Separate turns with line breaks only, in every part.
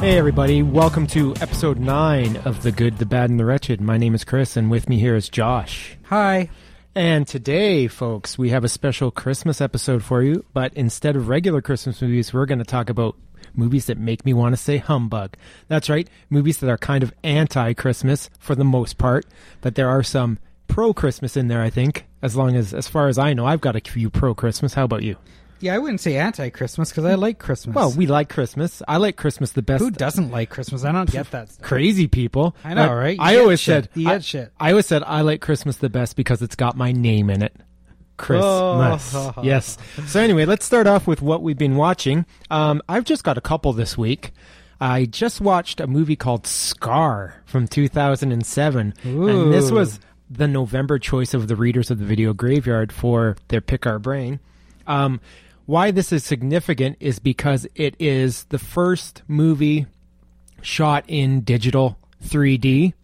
Hey, everybody. Welcome to episode nine of The Good, the Bad, and the Wretched. My name is Chris, and with me here is Josh.
Hi.
And today, folks, we have a special Christmas episode for you. But instead of regular Christmas movies, we're going to talk about movies that make me want to say humbug. That's right, movies that are kind of anti Christmas for the most part, but there are some pro Christmas in there, I think. As long as, as far as I know, I've got a few pro Christmas. How about you?
Yeah, I wouldn't say anti-Christmas because I like Christmas.
Hmm. Well, we like Christmas. I like Christmas the best.
who doesn't like Christmas? I don't get that. Stuff.
crazy people.
I know,
Like,
right? You
I
get
always
shit.
said
You
I,
get shit.
I always said I like Christmas the best because it's got my name in it. Christmas.
Oh.
yes. So anyway, let's start off with what we've been watching. Um, I've just got a couple this week. I just watched a movie called Scar from 2007, and this
Ooh.
was the November choice of the readers of the Video Graveyard for their Pick Our Brain. Um, why this is significant is because it is the first movie shot in digital 3D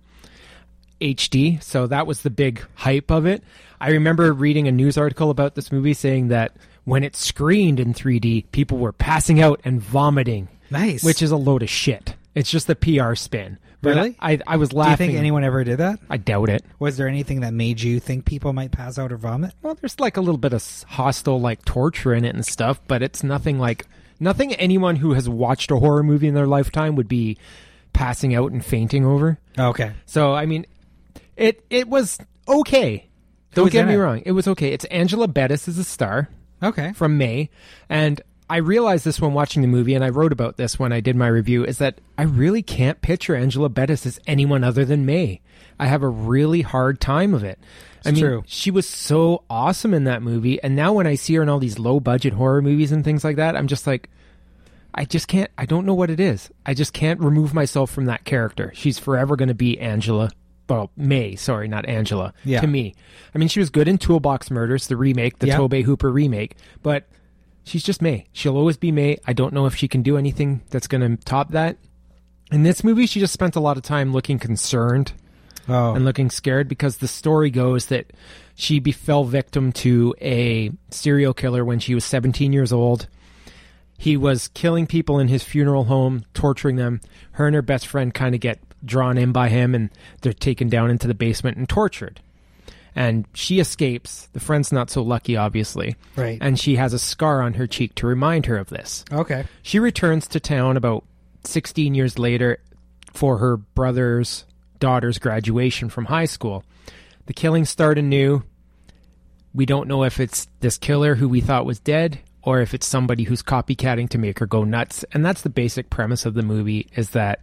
HD. So that was the big hype of it. I remember reading a news article about this movie saying that when it screened in 3D, people were passing out and vomiting,
Nice.
which is a load of shit. It's just a PR spin. But
Really?
I, I was
do you
laughing.
think anyone ever did that?
I doubt it.
Was there anything that made you think people might pass out or vomit?
Well, there's like a little bit of s- hostile like torture in it and stuff, but it's nothing like nothing anyone who has watched a horror movie in their lifetime would be passing out and fainting over.
Okay.
So I mean, it it was okay. Don't
was
get
in
me
it?
wrong, it was okay. It's Angela Bettis is a star
Okay.
from May, and I realized this when watching the movie, and I wrote about this when I did my review. Is that I really can't picture Angela Bettis as anyone other than May. I have a really hard time of it. I mean,
true.
she was so awesome in that movie, and now when I see her in all these low budget horror movies and things like that, I'm just like. I just can't. I don't know what it is. I just can't remove myself from that character. She's forever going to be Angela. Well, May, sorry, not Angela.
Yeah.
To me, I mean, she was good in Toolbox Murders, the remake, the
Yeah.
Tobey Hooper remake, but she's just May. She'll always be May. I don't know if she can do anything that's going to top that. In this movie, she just spent a lot of time looking concerned
Oh.
and looking scared because the story goes that she befell victim to a serial killer when she was 17 years old. He was killing people in his funeral home, torturing them. Her and her best friend kind of get drawn in by him and they're taken down into the basement and tortured. And she escapes. The friend's not so lucky, obviously.
Right.
And she has a scar on her cheek to remind her of this.
okay.
She returns to town about 16 years later for her brother's daughter's graduation from high school. The killings start anew. We don't know if it's this killer who we thought was dead or if it's somebody who's copycatting to make her go nuts. And that's the basic premise of the movie is that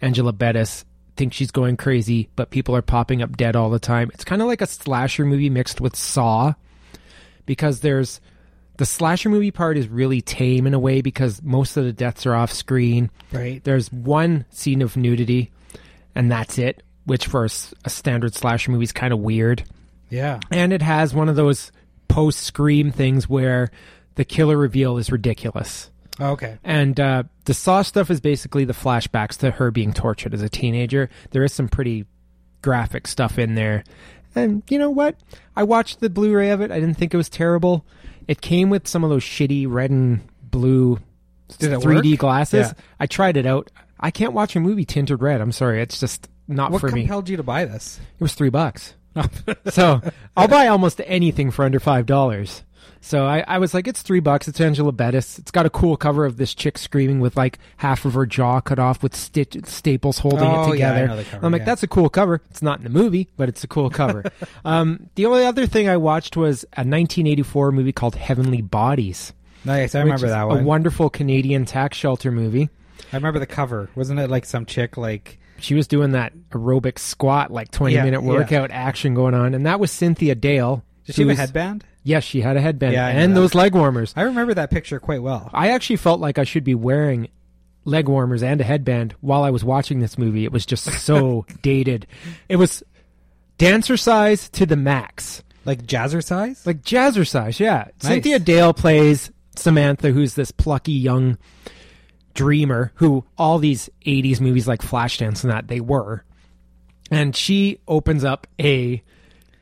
Angela Bettis thinks she's going crazy, but people are popping up dead all the time. It's kind of like a slasher movie mixed with Saw because there's the slasher movie part is really tame in a way because most of the deaths are off screen.
Right.
There's one scene of nudity, and that's it, which for a, s- a standard slasher movie is kind of weird.
Yeah.
And it has one of those post scream things where the killer reveal is ridiculous.
Okay.
And uh, the Saw stuff is basically the flashbacks to her being tortured as a teenager. There is some pretty graphic stuff in there. And you know what? I watched the Blu ray of it. I didn't think it was terrible. It came with some of those shitty red and blue
Did it
3D
work?
glasses.
Yeah.
I tried it out. I can't watch a movie tinted red. I'm sorry. It's just not
What
for me.
compelled you to buy this?
It was three bucks. so I'll buy almost anything for under five dollars. So I, I was like, it's three bucks. It's Angela Bettis. It's got a cool cover of this chick screaming with like half of her jaw cut off with stitch, staples holding
Oh,
it
yeah,
together.
I know the cover,
am like,
yeah.
that's a cool cover. It's not in the movie, but it's a cool cover. um, the only other thing I watched was a 1984 movie called Heavenly Bodies.
Nice. I
which
remember
is
that one.
A wonderful Canadian tax shelter movie.
I remember the cover. Wasn't it like some chick like?
she was doing that aerobic squat, like twenty
Yeah,
minute
yeah.
workout action going on, and that was Cynthia Dale.
Did she have a
who's-
headband?
Yes, she had a headband
Yeah, I know
and
that.
those leg warmers.
I remember that picture quite well.
I actually felt like I should be wearing leg warmers and a headband while I was watching this movie. It was just so dated. It was dancer size to the max,
Like jazzercise.
like jazzercise. Yeah,
Nice.
Cynthia Dale plays Samantha, who's this plucky young dreamer who all these 80s movies like Flashdance and that they were. And she opens up a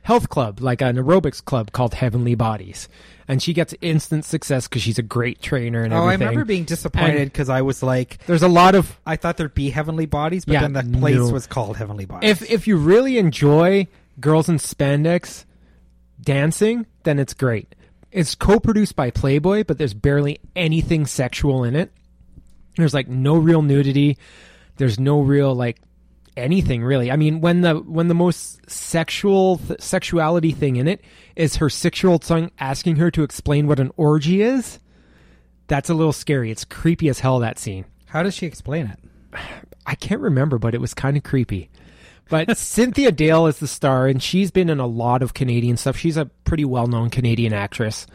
health club, like an aerobics club called Heavenly Bodies, and she gets instant success because she's a great trainer and
Oh, I
everything.
remember being disappointed because I was like,
There's a lot of
I thought there'd be heavenly bodies, but
Yeah,
then that place
no.
was called Heavenly Bodies.
if if you really enjoy girls in spandex dancing, then it's great. It's co-produced by Playboy, but there's barely anything sexual in it. There's like no real nudity. There's no real like anything really. I mean, when the when the most sexual th- sexuality thing in it is her six-year-old son asking her to explain what an orgy is. That's a little scary. It's creepy as hell that scene.
How does she explain it?
I can't remember, but it was kind of creepy. But Cynthia Dale is the star, and she's been in a lot of Canadian stuff. She's a pretty well known Canadian actress.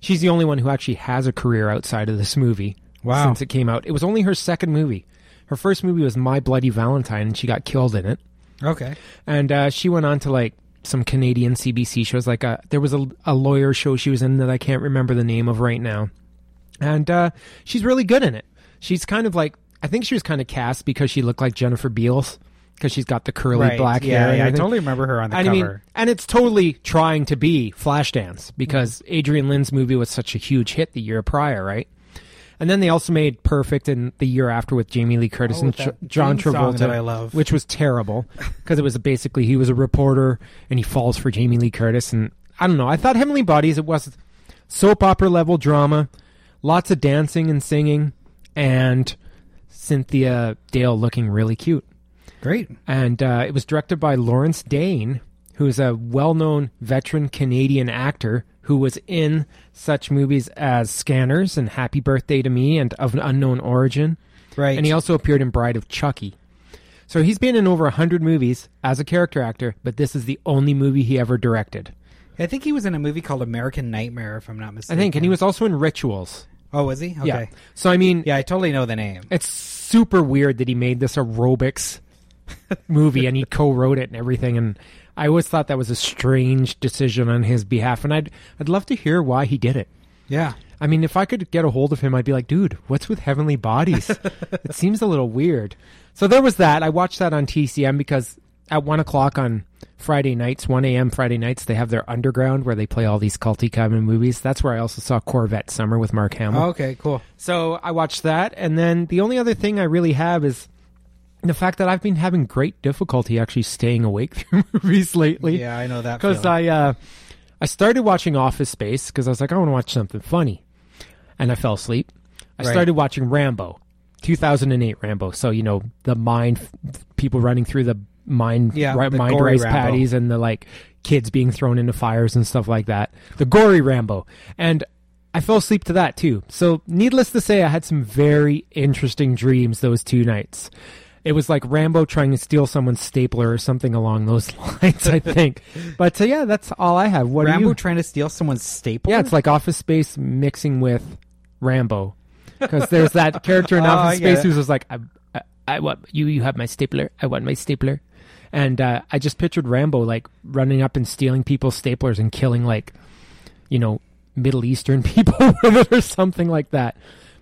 She's the only one who actually has a career outside of this movie
Wow.
since it came out. It was only her second movie. Her first movie was My Bloody Valentine, and she got killed in it.
Okay.
And uh, she went on to like some Canadian CBC shows. Like uh there was a, a lawyer show she was in that I can't remember the name of right now. And uh, she's really good in it. She's kind of like I think she was kind of cast because she looked like Jennifer Beals because she's got the curly
Right.
black
yeah,
hair. and
yeah, I
everything.
totally remember her on the
And I
cover.
mean, and it's totally trying to be Flashdance because
Mm-hmm.
Adrian Lynn's movie was such a huge hit the year prior, right? And then they also made Perfect in the year after with Jamie Lee Curtis and
Oh, with
Tr-
that
John
theme song
Travolta,
that I love.
which was terrible because it was basically he was a reporter and he falls for Jamie Lee Curtis, and I don't know. I thought Heavenly Bodies it was soap opera level drama, lots of dancing and singing, and Cynthia Dale looking really cute
Great.
and uh, it was directed by Lawrence Dane, who is a well-known veteran Canadian actor who was in such movies as Scanners and Happy Birthday to Me and Of an Unknown Origin,
Right.
and he also appeared in Bride of Chucky. So he's been in over 100 movies as a character actor, but this is the only movie he ever directed.
I think he was in a movie called American Nightmare, if I'm not mistaken.
I think, and he was also in Rituals.
Oh, was he? Okay.
Yeah. So I mean,
Yeah, I totally know the name.
it's super weird that he made this aerobics movie and he co-wrote it and everything and I always thought that was a strange decision on his behalf and I'd I'd love to hear why he did it.
Yeah.
I mean, if I could get a hold of him, I'd be like, dude, what's with heavenly bodies? it seems a little weird. So there was that. I watched that on TCM because at one o'clock on Friday nights, one a.m. Friday nights, they have their underground where they play all these culty common movies. That's where I also saw Corvette Summer with Mark Hamill.
okay, cool.
So I watched that, and then the only other thing I really have is the fact that I've been having great difficulty actually staying awake through movies lately.
Yeah, I know that.
Because
feeling.
I uh, I started watching Office Space because I was like, I want to watch something funny, and I fell asleep. I
Right.
started watching Rambo, 2008 Rambo. So you know the mind people running through the mine
Yeah,
ri-
the
mind
gory
race
Rambo.
patties and the like kids being thrown into fires and stuff like that. The gory Rambo and. I fell asleep to that too. So, needless to say, I had some very interesting dreams those two nights. It was like Rambo trying to steal someone's stapler or something along those lines, I think. but uh, yeah, that's all I have. What
Rambo
are you?
trying to steal someone's staple.
yeah, it's like Office Space mixing with Rambo, because there's that character in
Oh,
Office
I get
Space
it.
who's just like, I, I, I want you. You have my stapler. I want my stapler. And uh, I just pictured Rambo like running up and stealing people's staplers and killing like, you know, Middle Eastern people with it or something like that.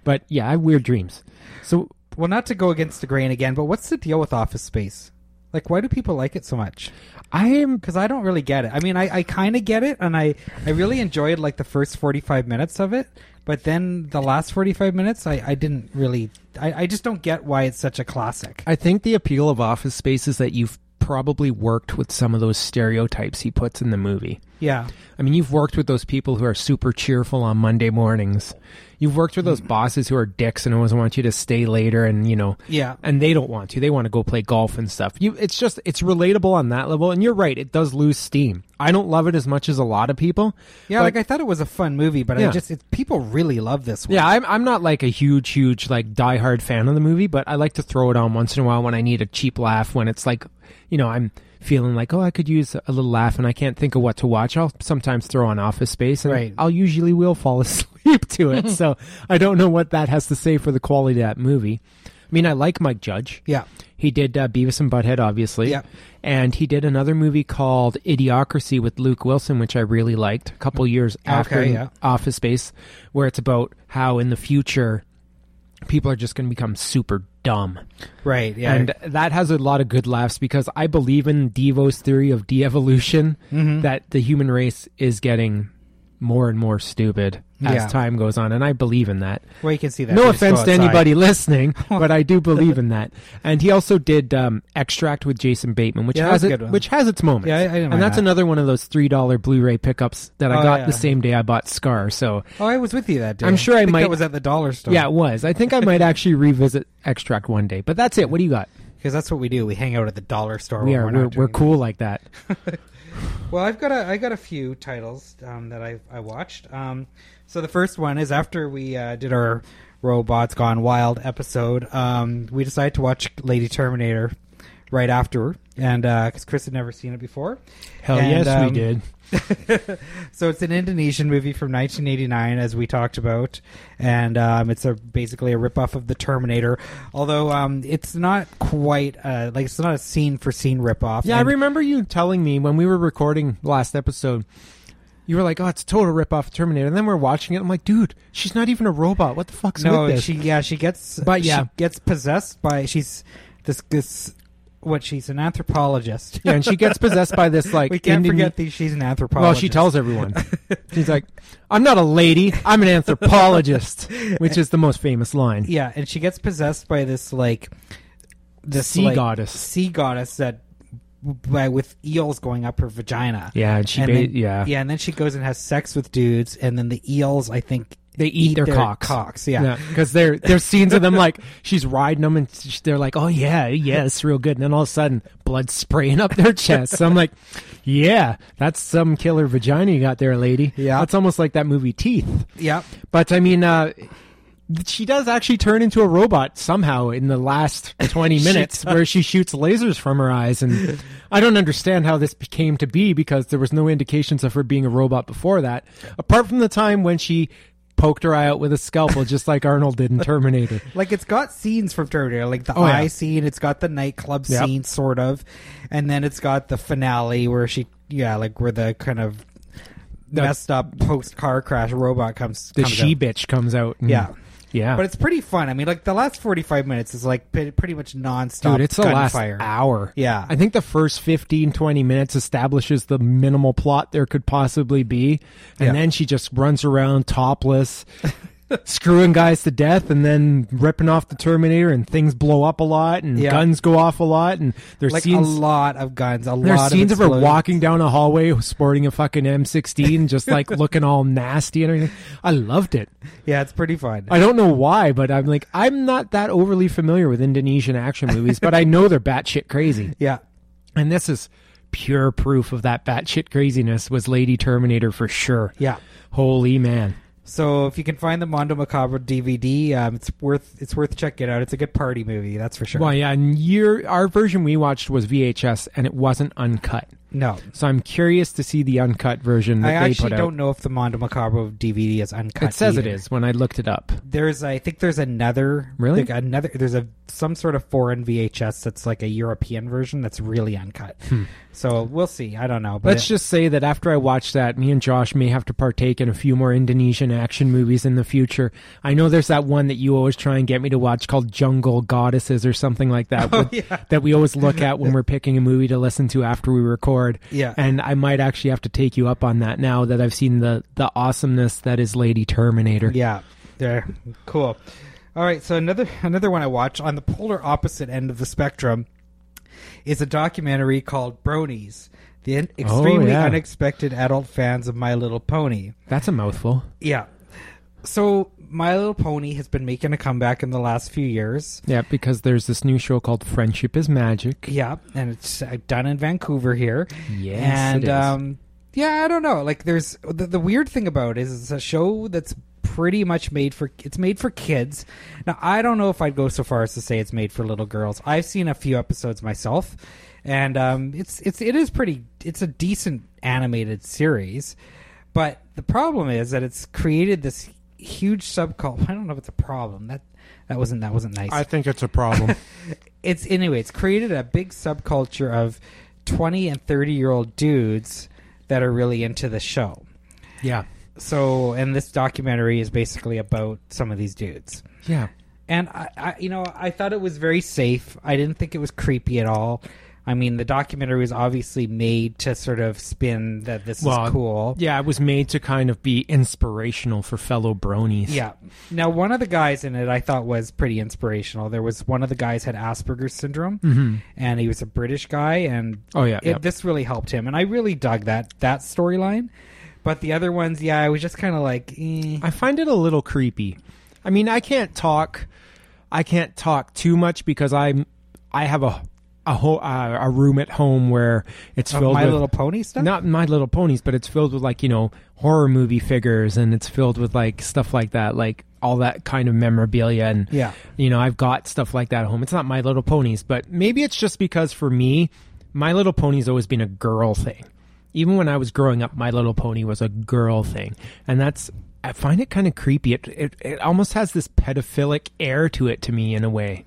But yeah, I have weird dreams. So
well, not to go against the grain again, but what's the deal with Office Space? Like, why do people like it so much?
I am
Because I don't really get it. I mean, I, I kind of get it, and I, I really enjoyed like the first forty five minutes of it, but then the last forty five minutes, I, I didn't really. I, I just don't get why it's such a classic.
I think the appeal of Office Space is that you've probably worked with some of those stereotypes he puts in the movie.
Yeah,
I mean, you've worked with those people who are super cheerful on Monday mornings. You've worked with those bosses who are dicks and always want you to stay later and, you know,
yeah.
and they don't want to. They want to go play golf and stuff. You it's just it's relatable on that level and you're right, it does lose steam. I don't love it as much as a lot of people.
Yeah,
but-
like, I thought it was a fun movie, but
Yeah.
I just it, people really love this one.
Yeah, I'm I'm not like a huge, huge like diehard fan of the movie, but I like to throw it on once in a while when I need a cheap laugh. When it's like, you know, I'm feeling like, oh, I could use a little laugh, and I can't think of what to watch. I'll sometimes throw on Office Space, and
Right.
I'll usually will fall asleep to it. so I don't know what that has to say for the quality of that movie. I mean, I like Mike Judge.
yeah,
He did uh, Beavis and Butthead, obviously.
Yeah.
And he did another movie called Idiocracy with Luke Wilson, which I really liked a couple years after
Okay, yeah.
Office Space, where it's about how in the future people are just going to become super dumb.
Right. Yeah.
And that has a lot of good laughs because I believe in Devo's theory of de evolution
Mhm.
that the human race is getting more and more stupid as
Yeah.
time goes on. And I believe in that.
well, you can see that.
no
You just go
offense to
outside.
anybody listening, but I do believe in that. And he also did um, Extract with Jason Bateman, which
Yeah,
has
that's a
it,
good one.
which has its moments.
Yeah, I- I didn't
and
mind
that's
that.
another one of those three dollar Blu-ray pickups that I
Oh,
got
yeah.
the same day I bought Scar. So
Oh, I was with you that day.
I'm sure I
think
might-
That was at the dollar store.
yeah, it was. I think I might actually revisit Extract one day. But that's it. What do you got?
because that's what we do. We hang out at the dollar store.
We
when
are
We're,
we're,
not
we're
doing-
cool like that.
Well, I've got a I got a few titles um, that I I watched. Um, so the first one is after we uh, did our robots gone wild episode. Um, we decided to watch Lady Terminator right after, and because Chris had never seen it before.
Hell
And,
yes,
um,
we did.
so it's an Indonesian movie from 1989, as we talked about, and um, it's a basically a ripoff of the Terminator. Although um, it's not quite uh, like it's not a scene for scene ripoff.
Yeah, I
And-
remember you telling me when we were recording last episode. You were like, "Oh, it's a total rip off Terminator," and then we're watching it. I'm like, "Dude, she's not even a robot. What the fuck's
no,
with this?"
she yeah she gets
But
she
yeah.
gets possessed by she's this this what she's an anthropologist.
yeah, and she gets possessed by this like
we can't
Indone-
forget that she's an
Well,
anthropologist.
she tells everyone. She's like, "I'm not a lady. I'm an anthropologist," which is the most famous line.
yeah, and she gets possessed by this like this
sea
like,
goddess.
sea goddess that by with eels going up her vagina.
Yeah, and she
And
ba-
then-
yeah.
Yeah, and then she goes and has sex with dudes, and then the eels, I think,
They eat, their, cocks.
Yeah.
Yeah, because there there's scenes of them like she's riding them and sh- they're like, oh yeah, yeah, it's real good. And then all of a sudden, blood spraying up their chest. So I'm like, yeah, that's some killer vagina you got there, lady.
Yeah.
that's almost like that movie Teeth.
Yep.
But I mean, uh, she does actually turn into a robot somehow in the last 20 minutes where she shoots lasers from her eyes. And I don't understand how this came to be because there was no indications of her being a robot before that, apart from the time when she poked her eye out with a scalpel, just like Arnold did in Terminator.
Like it's got scenes from Terminator, like the
Oh, yeah.
eye scene. It's got the nightclub
Yep.
scene, sort of, and then it's got the finale where she, yeah, like where the kind of
The-
messed up post car crash robot comes.
The
comes
she
out.
bitch comes out. and-
Yeah.
Yeah.
But it's pretty fun. I mean, like the last forty five minutes is like pe- pretty much nonstop.
Dude, it's the last
gunfire.
hour.
Yeah.
I think the first 15, 20 minutes establishes the minimal plot there could possibly be. And
Yeah.
then she just runs around topless, screwing guys to death, and then ripping off the Terminator, and things blow up a lot, and
Yeah.
guns go off a lot. And there's
like a
scenes.
lot of guns, a
there's
lot
scenes
of
of her
explosions.
walking down a hallway sporting a fucking M16, just like looking all nasty and everything. I loved it.
Yeah, it's pretty fun.
I don't know why, but I'm like, I'm not that overly familiar with Indonesian action movies, but I know they're batshit crazy.
yeah.
And this is pure proof of that batshit craziness was Lady Terminator for sure.
Yeah.
Holy man.
So if you can find the Mondo Macabre DVD, um, it's worth it's worth checking out. It's a good party movie, that's for sure.
Well, yeah, and your, our version we watched was VHS and it wasn't uncut.
No,
So I'm curious to see the uncut version that
I
they
actually
put out.
don't know if the Mondo Macabre DVD is uncut.
it says it
either.
is when I looked it up.
There's, I think, there's another
Really?
like another. There's a some sort of foreign VHS that's like a European version that's really uncut. So we'll see. I don't know, but
Hmm. Let's just say that after I watch that, me and Josh may have to partake in a few more Indonesian action movies in the future. I know there's that one that you always try and get me to watch called Jungle Goddesses or something like that.
Oh,
with- That we always look at when we're picking a movie to listen to after we record.
Yeah.
And I might actually have to take you up on that now that I've seen the, the awesomeness that is Lady Terminator.
Yeah. There. Cool. All right, so another another one I watch on the polar opposite end of the spectrum is a documentary called Bronies, the in- extremely
Oh, yeah.
unexpected adult fans of My Little Pony.
That's a mouthful.
Yeah. So My Little Pony has been making a comeback in the last few years.
Yeah, because there's this new show called Friendship is Magic.
Yeah, and it's uh, done in Vancouver here.
Yes,
and
it is.
um, yeah, I don't know. Like, there's the, the weird thing about it is it's a show that's pretty much made for it's made for kids. Now, I don't know if I'd go so far as to say it's made for little girls. I've seen a few episodes myself, and um, it's it's it is pretty. It's a decent animated series, but the problem is that it's created this huge subculture. I don't know if it's a problem that that wasn't that wasn't nice
I think it's a problem.
it's anyway, it's created a big subculture of 20 and 30 year old dudes that are really into the show.
Yeah.
So, and this documentary is basically about some of these dudes.
Yeah.
And I, I, you know, I thought it was very safe. I didn't think it was creepy at all. I mean, the documentary was obviously made to sort of spin that this
Well,
is cool.
Yeah, it was made to kind of be inspirational for fellow bronies.
Yeah. Now, one of the guys in it I thought was pretty inspirational. There was one of the guys had Asperger's syndrome,
Mm-hmm.
and he was a British guy, and
Oh yeah.
it,
yeah.
this really helped him. And I really dug that that storyline. But the other ones, yeah, I was just kind of like, eh.
I find it a little creepy. I mean, I can't talk. I can't talk too much because I'm. I have a a ho- uh, a room at home where it's filled
Oh, My
with
Little Pony stuff.
not My Little Ponies, but it's filled with like you know horror movie figures and it's filled with like stuff like that, like all that kind of memorabilia and
Yeah.
you know I've got stuff like that at home. It's not My Little Ponies, but maybe it's just because for me, My Little Pony's always been a girl thing. Even when I was growing up, My Little Pony was a girl thing, and that's I find it kind of creepy. It it, it almost has this pedophilic air to it to me in a way.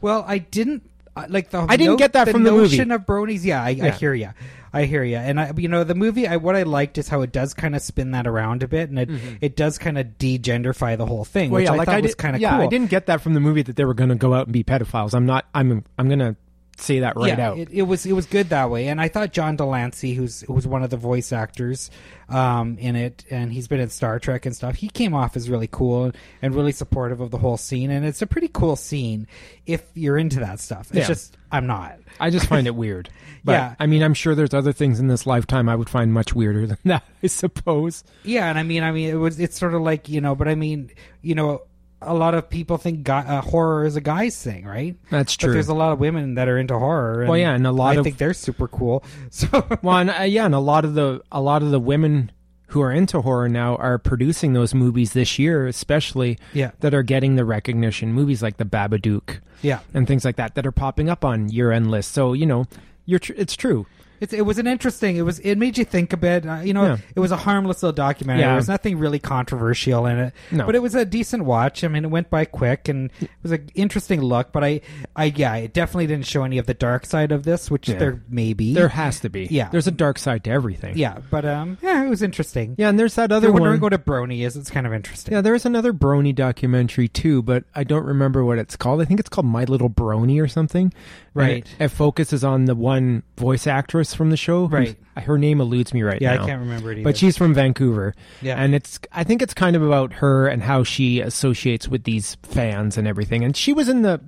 Well, I didn't I- like the.
I didn't get that from the movie.
notion of bronies. Yeah, I, I
Yeah.
hear you. I hear you. And I, you know, the movie. I what I liked is how it does kind of spin that around a bit, and it it does kind of degenderfy the whole thing, which I thought was
did-
kind
Mm-hmm.
of
yeah,
cool.
I didn't get that from the movie that they were going to go out and be pedophiles. I'm not. I'm. I'm going to say that right
yeah,
out.
It, it was it was good that way, and I thought John Delancey, who's who was one of the voice actors um, in it, and he's been in Star Trek and stuff. He came off as really cool and really supportive of the whole scene, and it's a pretty cool scene if you're into that stuff. It's
Yeah.
just I'm not.
I just find it weird. But,
Yeah.
I mean, I'm sure there's other things in this lifetime I would find much weirder than that. I suppose.
Yeah, and I mean, I mean, it was it's sort of like you know, but I mean, you know, a lot of people think guy, uh, horror is a guy's thing, right?
That's
But
true.
there's a lot of women that are into horror. And
Well, yeah, and a lot
I
of-
think they're super cool. So
well, and, uh, yeah, and a lot of the a lot of the women who are into horror now are producing those movies this year, especially
Yeah.
that are getting the recognition. Movies like The Babadook
yeah,
and things like that that are popping up on year-end lists. So you know, you're tr- it's true.
it's, it was an interesting. It was it made you think a bit. Uh, you know,
Yeah.
it was a harmless little documentary.
Yeah.
There was nothing really controversial in it.
No.
but it was a decent watch. I mean, it went by quick and it was an interesting look. But I, I yeah, it definitely didn't show any of the dark side of this, which
Yeah.
there may be.
There has to be.
Yeah.
There's a dark side to everything.
yeah, but um, yeah, it was interesting.
Yeah, and there's that
They're
other
wondering
one.
what a brony is. It's kind of interesting.
Yeah, there is another Brony documentary too, but I don't remember what it's called. I think it's called My Little Brony or something. And
Right.
It, it focuses on the one voice actress from the show. who's-
Right.
Her name eludes me right
Yeah,
now.
I can't remember it either.
But she's from Vancouver.
Yeah.
And it's I think it's kind of about her and how she associates with these fans and everything. And she was in the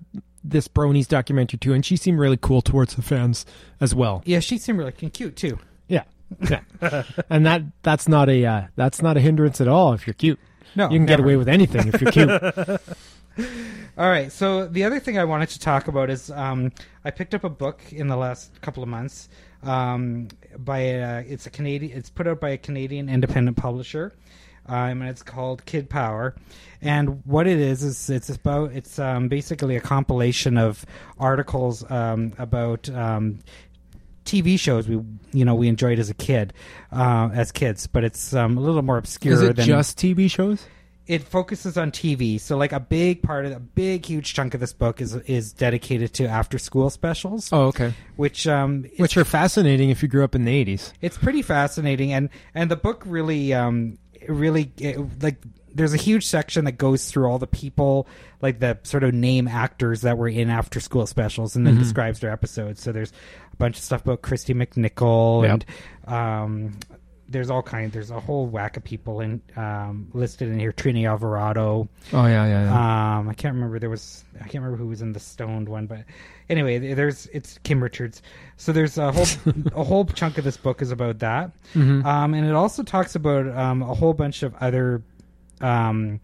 this Bronies documentary too, and she seemed really cool towards the fans as well.
yeah, she seemed really cute too.
Yeah. Yeah. and that that's not a uh, that's not a hindrance at all if you're cute.
No,
you can get away with anything if you're cute.
All right. So the other thing I wanted to talk about is um, I picked up a book in the last couple of months um, by a, it's a Canadian. It's put out by a Canadian independent publisher, um, and it's called Kid Power. And what it is is it's about it's um, basically a compilation of articles um, about. Um, TV shows we you know we enjoyed as a kid, uh, as kids, but it's um, a little more obscure
Is it
than
just TV shows?
it focuses on TV. So like a big part of a big huge chunk of this book is is dedicated to after school specials,
Oh, okay.
which um it's,
Which are fascinating if you grew up in the eighties.
it's pretty fascinating and and the book really um really it, like there's a huge section that goes through all the people like the sort of name actors that were in after school specials and then
Mm-hmm.
describes their episodes. So there's a bunch of stuff about Christy McNichol
Yep.
and um there's all kind. There's a whole whack of people in um, listed in here. Trini Alvarado,
Oh yeah, yeah, yeah.
um, I can't remember. There was I can't remember who was in the stoned one, but anyway, th- there's it's Kim Richards. So there's a whole a whole chunk of this book is about that,
Mm-hmm.
um, and it also talks about um, a whole bunch of other um,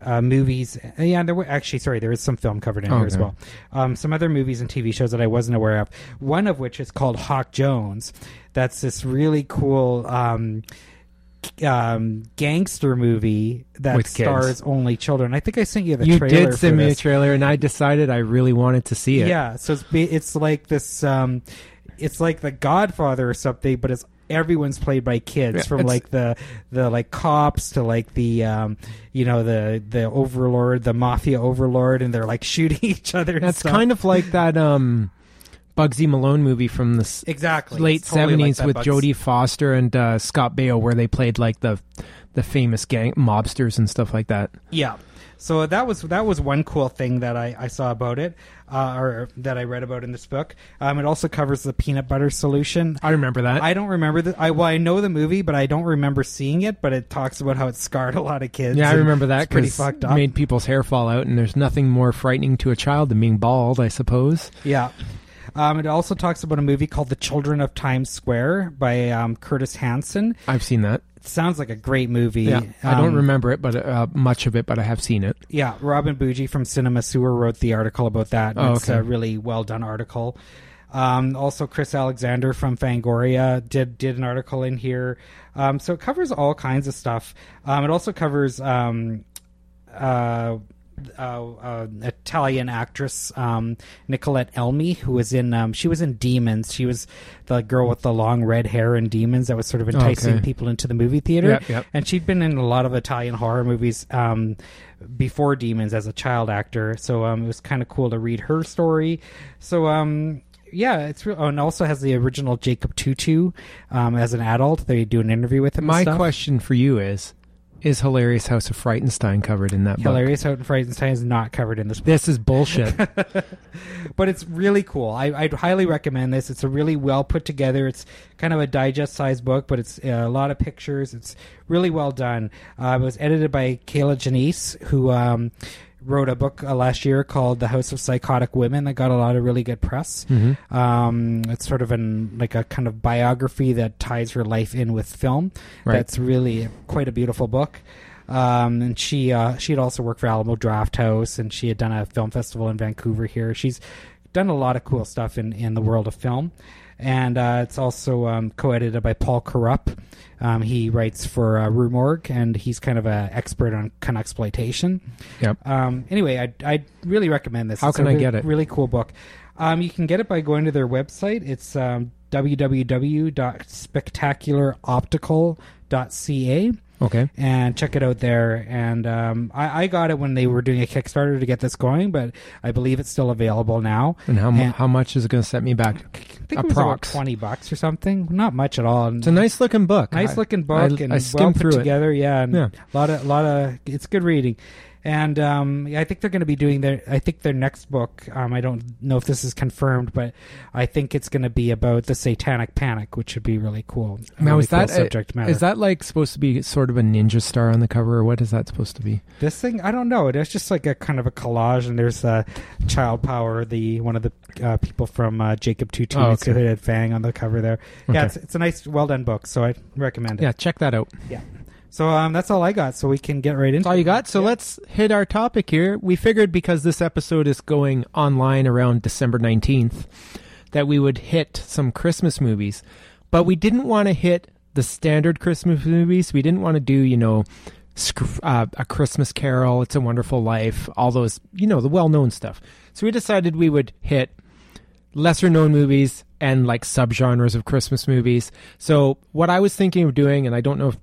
uh, movies. Uh, Yeah, there were actually sorry, there is some film covered in here as
Okay.
well. Um, some other movies and TV shows that I wasn't aware of. One of which is called Hawk Jones. That's this really cool. Um, um, gangster movie that
With kids.
stars only children. I think I sent you the
you
trailer
did send
for
me a
this.
trailer, and I decided I really wanted to see it.
Yeah, so it's ba- it's like this. Um, it's like The Godfather or something, but it's everyone's played by kids
Yeah,
from
it's-
like the the like cops to like the um you know the the overlord the mafia overlord and they're like shooting each other and
that's
stuff.
kind of like that. Um, Bugsy Malone movie from the s-
Exactly.
late
It's totally like
seventies
that
with
Bugs-
Jodie Foster and uh, Scott Baio, where they played like the the famous gang mobsters and stuff like that.
Yeah. So that was that was one cool thing that I, I saw about it, uh, or that I read about in this book. Um, it also covers the peanut butter solution.
I remember that.
I don't remember the I well I know the movie, but I don't remember seeing it. But it talks about how it scarred a lot of kids.
yeah, I
and
remember that
it's pretty
'cause it
fucked up.
made people's hair fall out, and there's nothing more frightening to a child than being bald, I suppose.
Yeah. Um, it also talks about a movie called The Children of Times Square by um, Curtis Hanson.
I've seen that.
It sounds like a great movie.
Yeah, I don't
Um,
remember it, but uh, much of it, but I have seen it.
Yeah, Robin Bougie from Cinema Sewer wrote the article about that. and
Oh,
It's
okay.
a really well done article. Um, also, Chris Alexander from Fangoria did did an article in here. Um, so it covers all kinds of stuff. Um, it also covers um, uh, uh, uh, Italian actress um, Nicolette Elmi, who was in um, she was in Demons. She was the girl with the long red hair in Demons that was sort of enticing
Okay.
people into the movie theater
Yep, yep.
and she'd been in a lot of Italian horror movies um, before Demons as a child actor. So um, it was kind of cool to read her story. So um, yeah, it's real. Oh, and also has the original Jacob Tutu um, as an adult. They do an interview with him. and
My
stuff.
question for you is: Is hilarious House of Frightenstein covered in that book?
Hilarious Out in Frankenstein is not covered in this book,
This is bullshit.
but it's really cool. I, I'd highly recommend this. It's a really well put together. It's kind of a digest sized book, but it's uh, a lot of pictures. It's really well done. Uh, it was edited by Kayla Janice, who um, wrote a book uh, last year called "The House of Psychotic Women" that got a lot of really good press.
Mm-hmm.
Um, it's sort of an like a kind of biography that ties her life in with film.
Right.
That's really quite a beautiful book. Um, and she uh, she had also worked for Alamo Draft House, and she had done a film festival in Vancouver. Here, she's done a lot of cool stuff in in the world of film. And uh, it's also um, co-edited by Paul Corrup. Um, he writes for uh, Rumorg, and he's kind of an expert on kind exploitation.
yep.
Um, anyway, I I really recommend this.
How
It's
can
a
I
re-
get it?
Really cool book. Um, you can get it by going to their website. It's um, www.spectacularoptical.ca
Okay.
and check it out there. And um, I, I got it when they were doing a Kickstarter to get this going, but I believe it's still available now.
And how mu-
And-
how much is it going to set me
I
back?
think it was about
Approx.
twenty bucks or something. Not much at all. And
It's a nice looking book. I-
nice looking book
I-
and
I
well
skimmed
put
through it.
together. Yeah, and
Yeah.
a lot of lot of it's good reading. And um, I think they're going to be doing their. I think their next book. Um, I don't know if this is confirmed, but I think it's going to be about the Satanic Panic, which would be really cool. A
Now,
really
is that
cool
a-
subject matter?
Is that like supposed to be sort of a ninja star on the cover, or what is that supposed to be?
this thing? I don't know. It's just like a kind of a collage, and there's uh, Child Power, the one of the uh, people from uh, Jacob Tutu
Oh,
oh,
okay.
who had Fang on the cover there.
Okay.
Yeah, it's, it's a nice, well done book, so I recommend it.
Yeah, check that out.
So um, that's all I got. So we can get right into.
That's all you got. So
Yeah.
let's hit our topic here. We figured because this episode is going online around December 19th that we would hit some Christmas movies, but we didn't want to hit the standard Christmas movies. We didn't want to do, you know, sc- uh, A Christmas Carol, It's a Wonderful Life, all those, you know, the well known stuff. So we decided we would hit lesser known movies and like subgenres of Christmas movies. So what I was thinking of doing, and I don't know if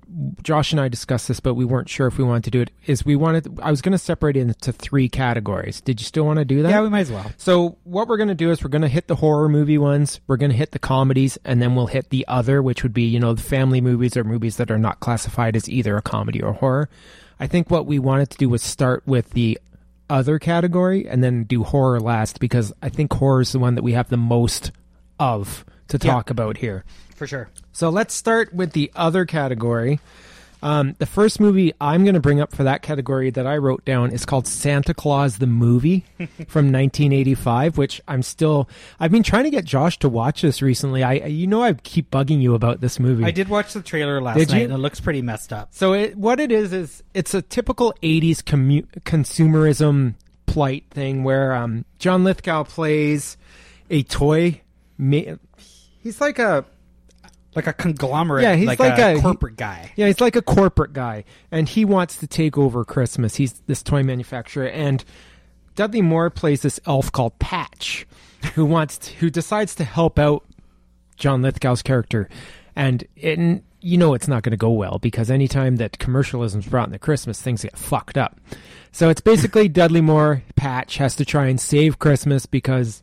Josh and I discussed this, but we weren't sure if we wanted to do it, is we wanted, I was going to separate it into three categories. Did you still want to do that?
Yeah, we might as well.
So what we're going to do is we're going to hit the horror movie ones, we're going to hit the comedies, and then we'll hit the other, which would be you know the family movies or movies that are not classified as either a comedy or horror. I think what we wanted to do was start with the other category and then do horror last because I think horror is the one that we have the most of to
Yeah.
talk about here.
For sure.
So let's start with the other category. Um, the first movie I'm going to bring up for that category that I wrote down is called Santa Claus the Movie from 1985, which I'm still. I've been trying to get Josh to watch this recently. I, you know, I keep bugging you about this movie.
I did watch the trailer last
Did
night,
you?
and it looks pretty messed up.
So it, what it is is it's a typical '80s commu- consumerism plight thing where um, John Lithgow plays a toy. Ma- he's like a
Like a conglomerate.
Yeah, he's like a-
corporate guy.
Yeah, he's like a corporate guy, and he wants to take over Christmas. He's this toy manufacturer, and Dudley Moore plays this elf called Patch, who wants to, who decides to help out John Lithgow's character, and it, you know it's not going to go well because anytime that commercialism's brought into Christmas, things get fucked up. So it's basically Dudley Moore Patch has to try and save Christmas because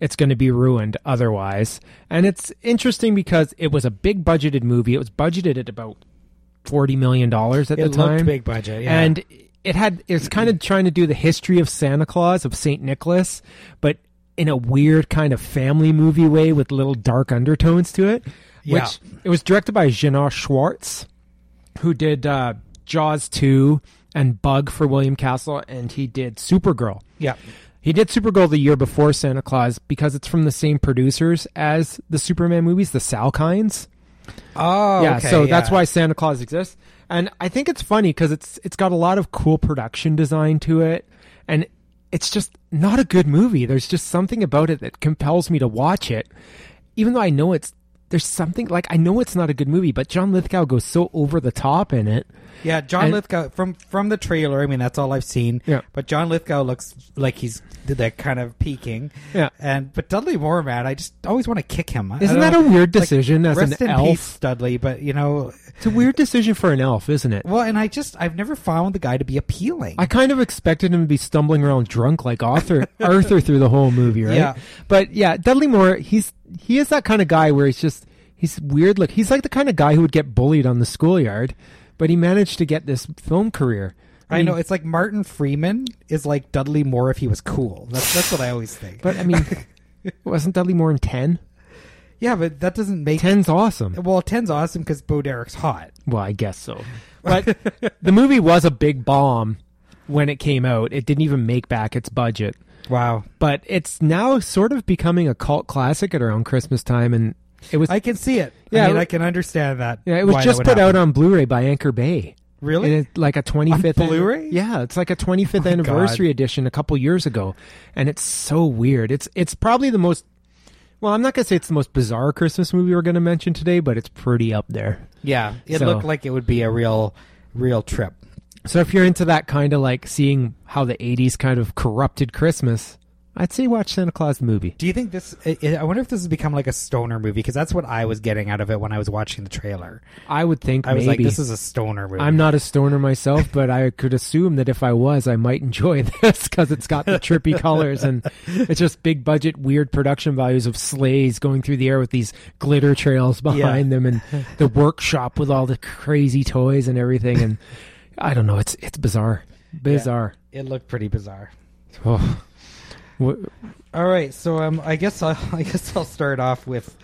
it's going to be ruined otherwise. And it's interesting because it was a big budgeted movie. It was budgeted at about forty million dollars at
it
the
looked
time,
big budget. Yeah.
and it had it's kind of trying to do the history of Santa Claus of Saint Nicholas, but in a weird kind of family movie way with little dark undertones to it.
Yeah.
Which it was directed by Jenna Schwartz, who did uh, Jaws two and Bug for William Castle, and he did Supergirl.
yeah,
He did Supergirl the year before Santa Claus because it's from the same producers as the Superman movies, the Salkinds.
oh,
yeah,
okay,
so that's
yeah.
why Santa Claus exists. And I think it's funny because it's it's got a lot of cool production design to it, and it's just not a good movie. There's just something about it that compels me to watch it, even though I know it's there's something like I know it's not a good movie, but John Lithgow goes so over the top in it.
Yeah, John
And-
Lithgow from from the trailer. I mean, that's all I've seen.
Yeah.
but John Lithgow looks like he's that kind of peaking.
Yeah.
and but Dudley Moore, man, I just always want to kick him. I- I
Isn't
don't
that a
know.
weird
Like,
decision as
rest
an
in
elf?
peace, Dudley? But you know,
It's a weird decision for an elf, isn't it?
well, and I just I've never found the guy to be appealing.
I kind of expected him to be stumbling around drunk like Arthur Arthur through the whole movie, right?
Yeah.
But yeah, Dudley Moore, he's he is that kind of guy where he's just he's weird look. He's like the kind of guy who would get bullied on the schoolyard, but he managed to get this film career.
I
mean,
know it's like Martin Freeman is like Dudley Moore if he was cool. That's that's what I always think.
But I mean wasn't Dudley Moore in 10?
yeah, but that doesn't make
10's awesome.
well. Ten's awesome because Bo Derek's hot.
Well, I guess so. But the movie was a big bomb when it came out. It didn't even make back its budget.
Wow,
But it's now sort of becoming a cult classic at around Christmas time and it was
I can see it.
Yeah,
I mean,
it-
I can understand that.
Yeah, it was
why that
just
would
put out
happen.
on Blu-ray by Anchor Bay.
really.
It is like a 25th
On Blu-ray? Oh
Yeah, it's like a 25th anniversary edition a couple years ago, and it's so weird. It's it's probably the most. Well, I'm not gonna say it's the most bizarre Christmas movie we're gonna mention today, but it's pretty up there.
Yeah, it
So-
looked like it would be a real, real trip.
So if you're into that kind of like seeing how the 80s kind of corrupted Christmas, I'd say watch Santa Claus the movie.
Do you think this? I I wonder if this has become like a stoner movie because that's what I was getting out of it when I was watching the trailer.
I would think
I was like,
maybe.
"This is a stoner movie."
I'm not a stoner myself, but I could assume that if I was, I might enjoy this because it's got the trippy colors and it's just big budget, weird production values of sleighs going through the air with these glitter trails behind them and the workshop with all the crazy toys and everything. And I don't know, it's it's bizarre, bizarre.
It looked pretty bizarre.
Oh. Wha-
All right, so um, I guess I'll, I guess I'll start off with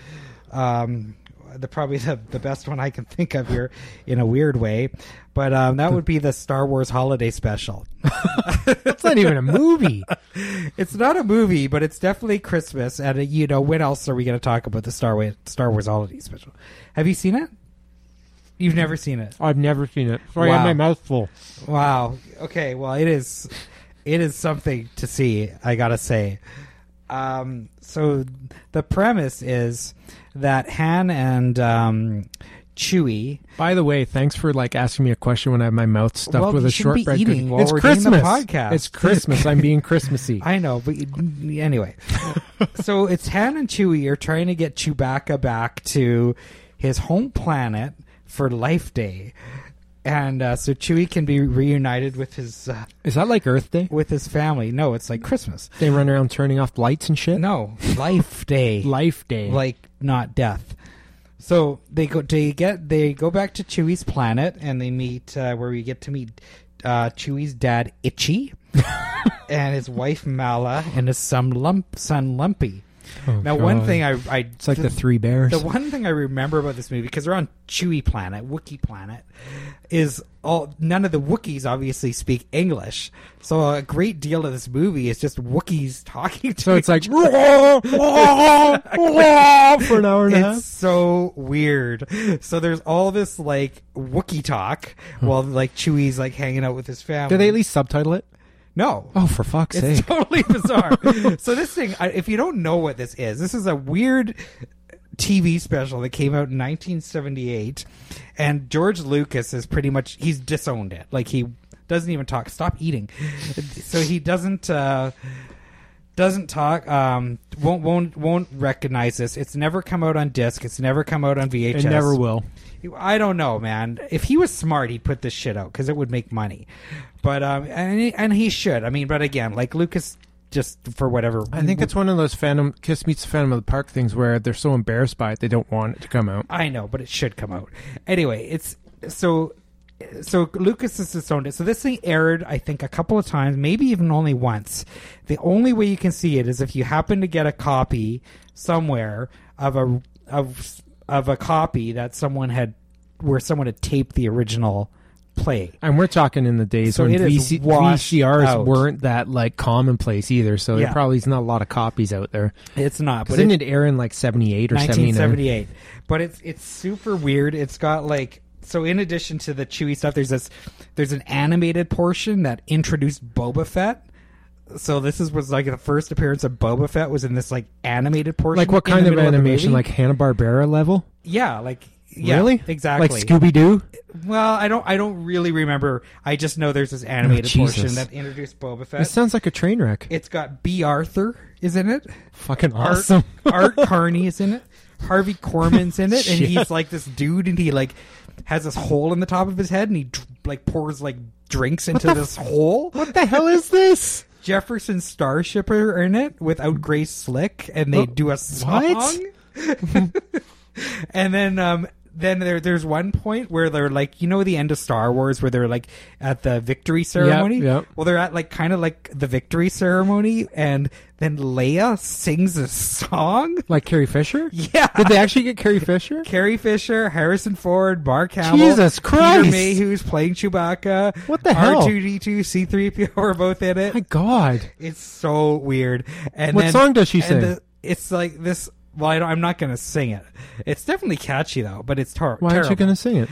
um, the probably the, the best one I can think of here in a weird way, but um, that would be the Star Wars Holiday Special.
That's not even a movie.
It's not a movie, but it's definitely Christmas, and uh, you know when else are we going to talk about the Star Wars Star Wars Holiday Special? Have you seen it? You've never seen it.
I've never seen it. Sorry, I
Wow.
had my mouth full.
Wow. Okay. Well, it is. It is something to see. I gotta say. Um, so the premise is that Han and um, Chewie.
By the way, thanks for like asking me a question when I have my mouth stuffed
Well,
with
you
a
shouldn't be
shortbread
eating
cookie.
while
it's
we're doing the
Christmas.
podcast.
It's Christmas. I'm being Christmassy.
I know, but you- anyway. so it's Han and Chewie are trying to get Chewbacca back to his home planet for Life Day, and uh, so Chewie can be reunited with his uh,
Is that like Earth Day?
with his family. No, it's like Christmas.
They run around turning off lights and shit.
No, Life Day.
Life Day.
like not death. So they go. They get. They go back to Chewie's planet, and they meet uh, where we get to meet uh, Chewie's dad, Itchy, and his wife Mala, and his son, Lump, son Lumpy.
Oh,
Now, one
God.
thing I, I
It's like the Three Bears.
the one thing I remember about this movie because they're on Chewie planet, Wookiee planet, is all none of the Wookiees obviously speak English. So a great deal of this movie is just Wookiees talking to
so it's like
each
for an hour and a
it's
half.
so weird. So there's all this like Wookie talk while like Chewie's like hanging out with his family.
Hmm. Do they at least subtitle it?
No.
Oh, for fuck's
It's
sake!
totally bizarre. so this thing, I- if you don't know what this is, this is a weird TV special that came out in 1978, and George Lucas is pretty much he's disowned it. Like he doesn't even talk. Stop eating. So he doesn't. Uh, doesn't talk um won't won't won't recognize this it's never come out on disc it's never come out on vhs
It never will.
I don't know, man. If he was smart, he'd put this shit out because it would make money. But um, and he, and he should. I mean, but again, like Lucas just for whatever.
I think it's one of those Phantom Kiss meets Phantom of the Park things where they're so embarrassed by it they don't want it to come out.
I know, but it should come out anyway. It's so so Lucas has disowned it. So this thing aired, I think, a couple of times, maybe even only once. The only way you can see it is if you happen to get a copy somewhere of a of of a copy that someone had where someone had taped the original play.
And we're talking in the days
So
when
it is
VC-
washed
VCRs
out.
weren't that like commonplace either, so
Yeah.
there probably is not a lot of copies out there.
It's not,
Because
but it,
didn't it air in like seventy eight or seventy nine?
1978. But it's it's super weird. It's got like so in addition to the chewy stuff, there's this there's an animated portion that introduced Boba Fett. So this is was like the first appearance of Boba Fett was in this like animated portion.
Like what
in the
kind of
middle the
animation?
movie.
like Hanna Barbera level?
yeah, like yeah,
really?
exactly. Uh,
Like Scooby Doo?
well, I don't I don't really remember. I just know there's this animated
Oh, Jesus.
portion that introduced Boba Fett.
This sounds like a train wreck.
it's got B Arthur, isn't it?
Fucking
Art-
awesome.
Art Carney is in it. Harvey Korman's in it, and
Shit.
he's like this dude, and he like has this hole in the top of his head, and he dr- like pours like drinks into this hole.
what the hell is this?
Jefferson Starship are in it without Grace Slick, and they
Oh,
do a song. and then, um, then there, there's one point where they're like, you know, the end of Star Wars, where they're like at the victory ceremony.
yep.
Well, they're at like kind of like the victory ceremony, and then Leia sings a song.
Like Carrie Fisher?
Yeah.
Did they actually get Carrie Fisher?
Carrie Fisher, Harrison Ford, Mark Hamill,
Jesus Christ.
Peter Mayhew's playing Chewbacca.
What the hell?
R2D2, C3PO are both in it.
My God.
It's so weird. And
What
then-
song does she
and
sing?
the- it's like this. Well, I don't, I'm not going to sing it. It's definitely catchy though, but it's tor-
Why aren't you going to
terrible.
sing it?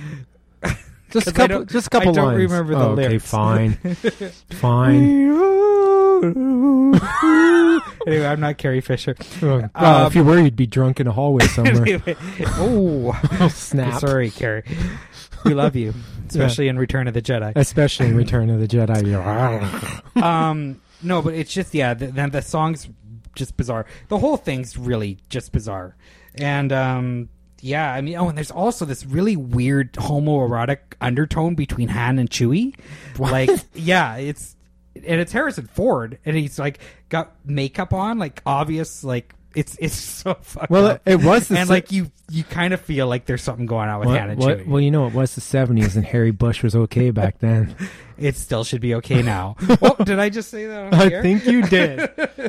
Just a
'Cause I
couple,
don't-
just a couple
I don't
lines.
remember the
Oh, okay,
lyrics.
fine. fine.
anyway, I'm not Carrie Fisher.
Well,
Um,
if you were, you'd be drunk in a hallway somewhere.
Anyway, oh,
oh, snap.
sorry, Carrie. We love you, especially in Return of the Jedi.
Especially in Return of the Jedi. You're- "Ah."
um no but it's just yeah the, the, the song's just bizarre the whole thing's really just bizarre and um yeah i mean oh and there's also this really weird homoerotic undertone between han and chewie like yeah it's and it's harrison ford and he's like got makeup on like obvious like it's it's so fucked
well, it,
up.
it was the
and
si-
like you you kind of feel like there's something going on with han
what,
and
what,
chewie
well, you know, it was the 70s, and Harry Bush was okay back then.
it still should be okay now oh did i just say that on
I
here?
think you did.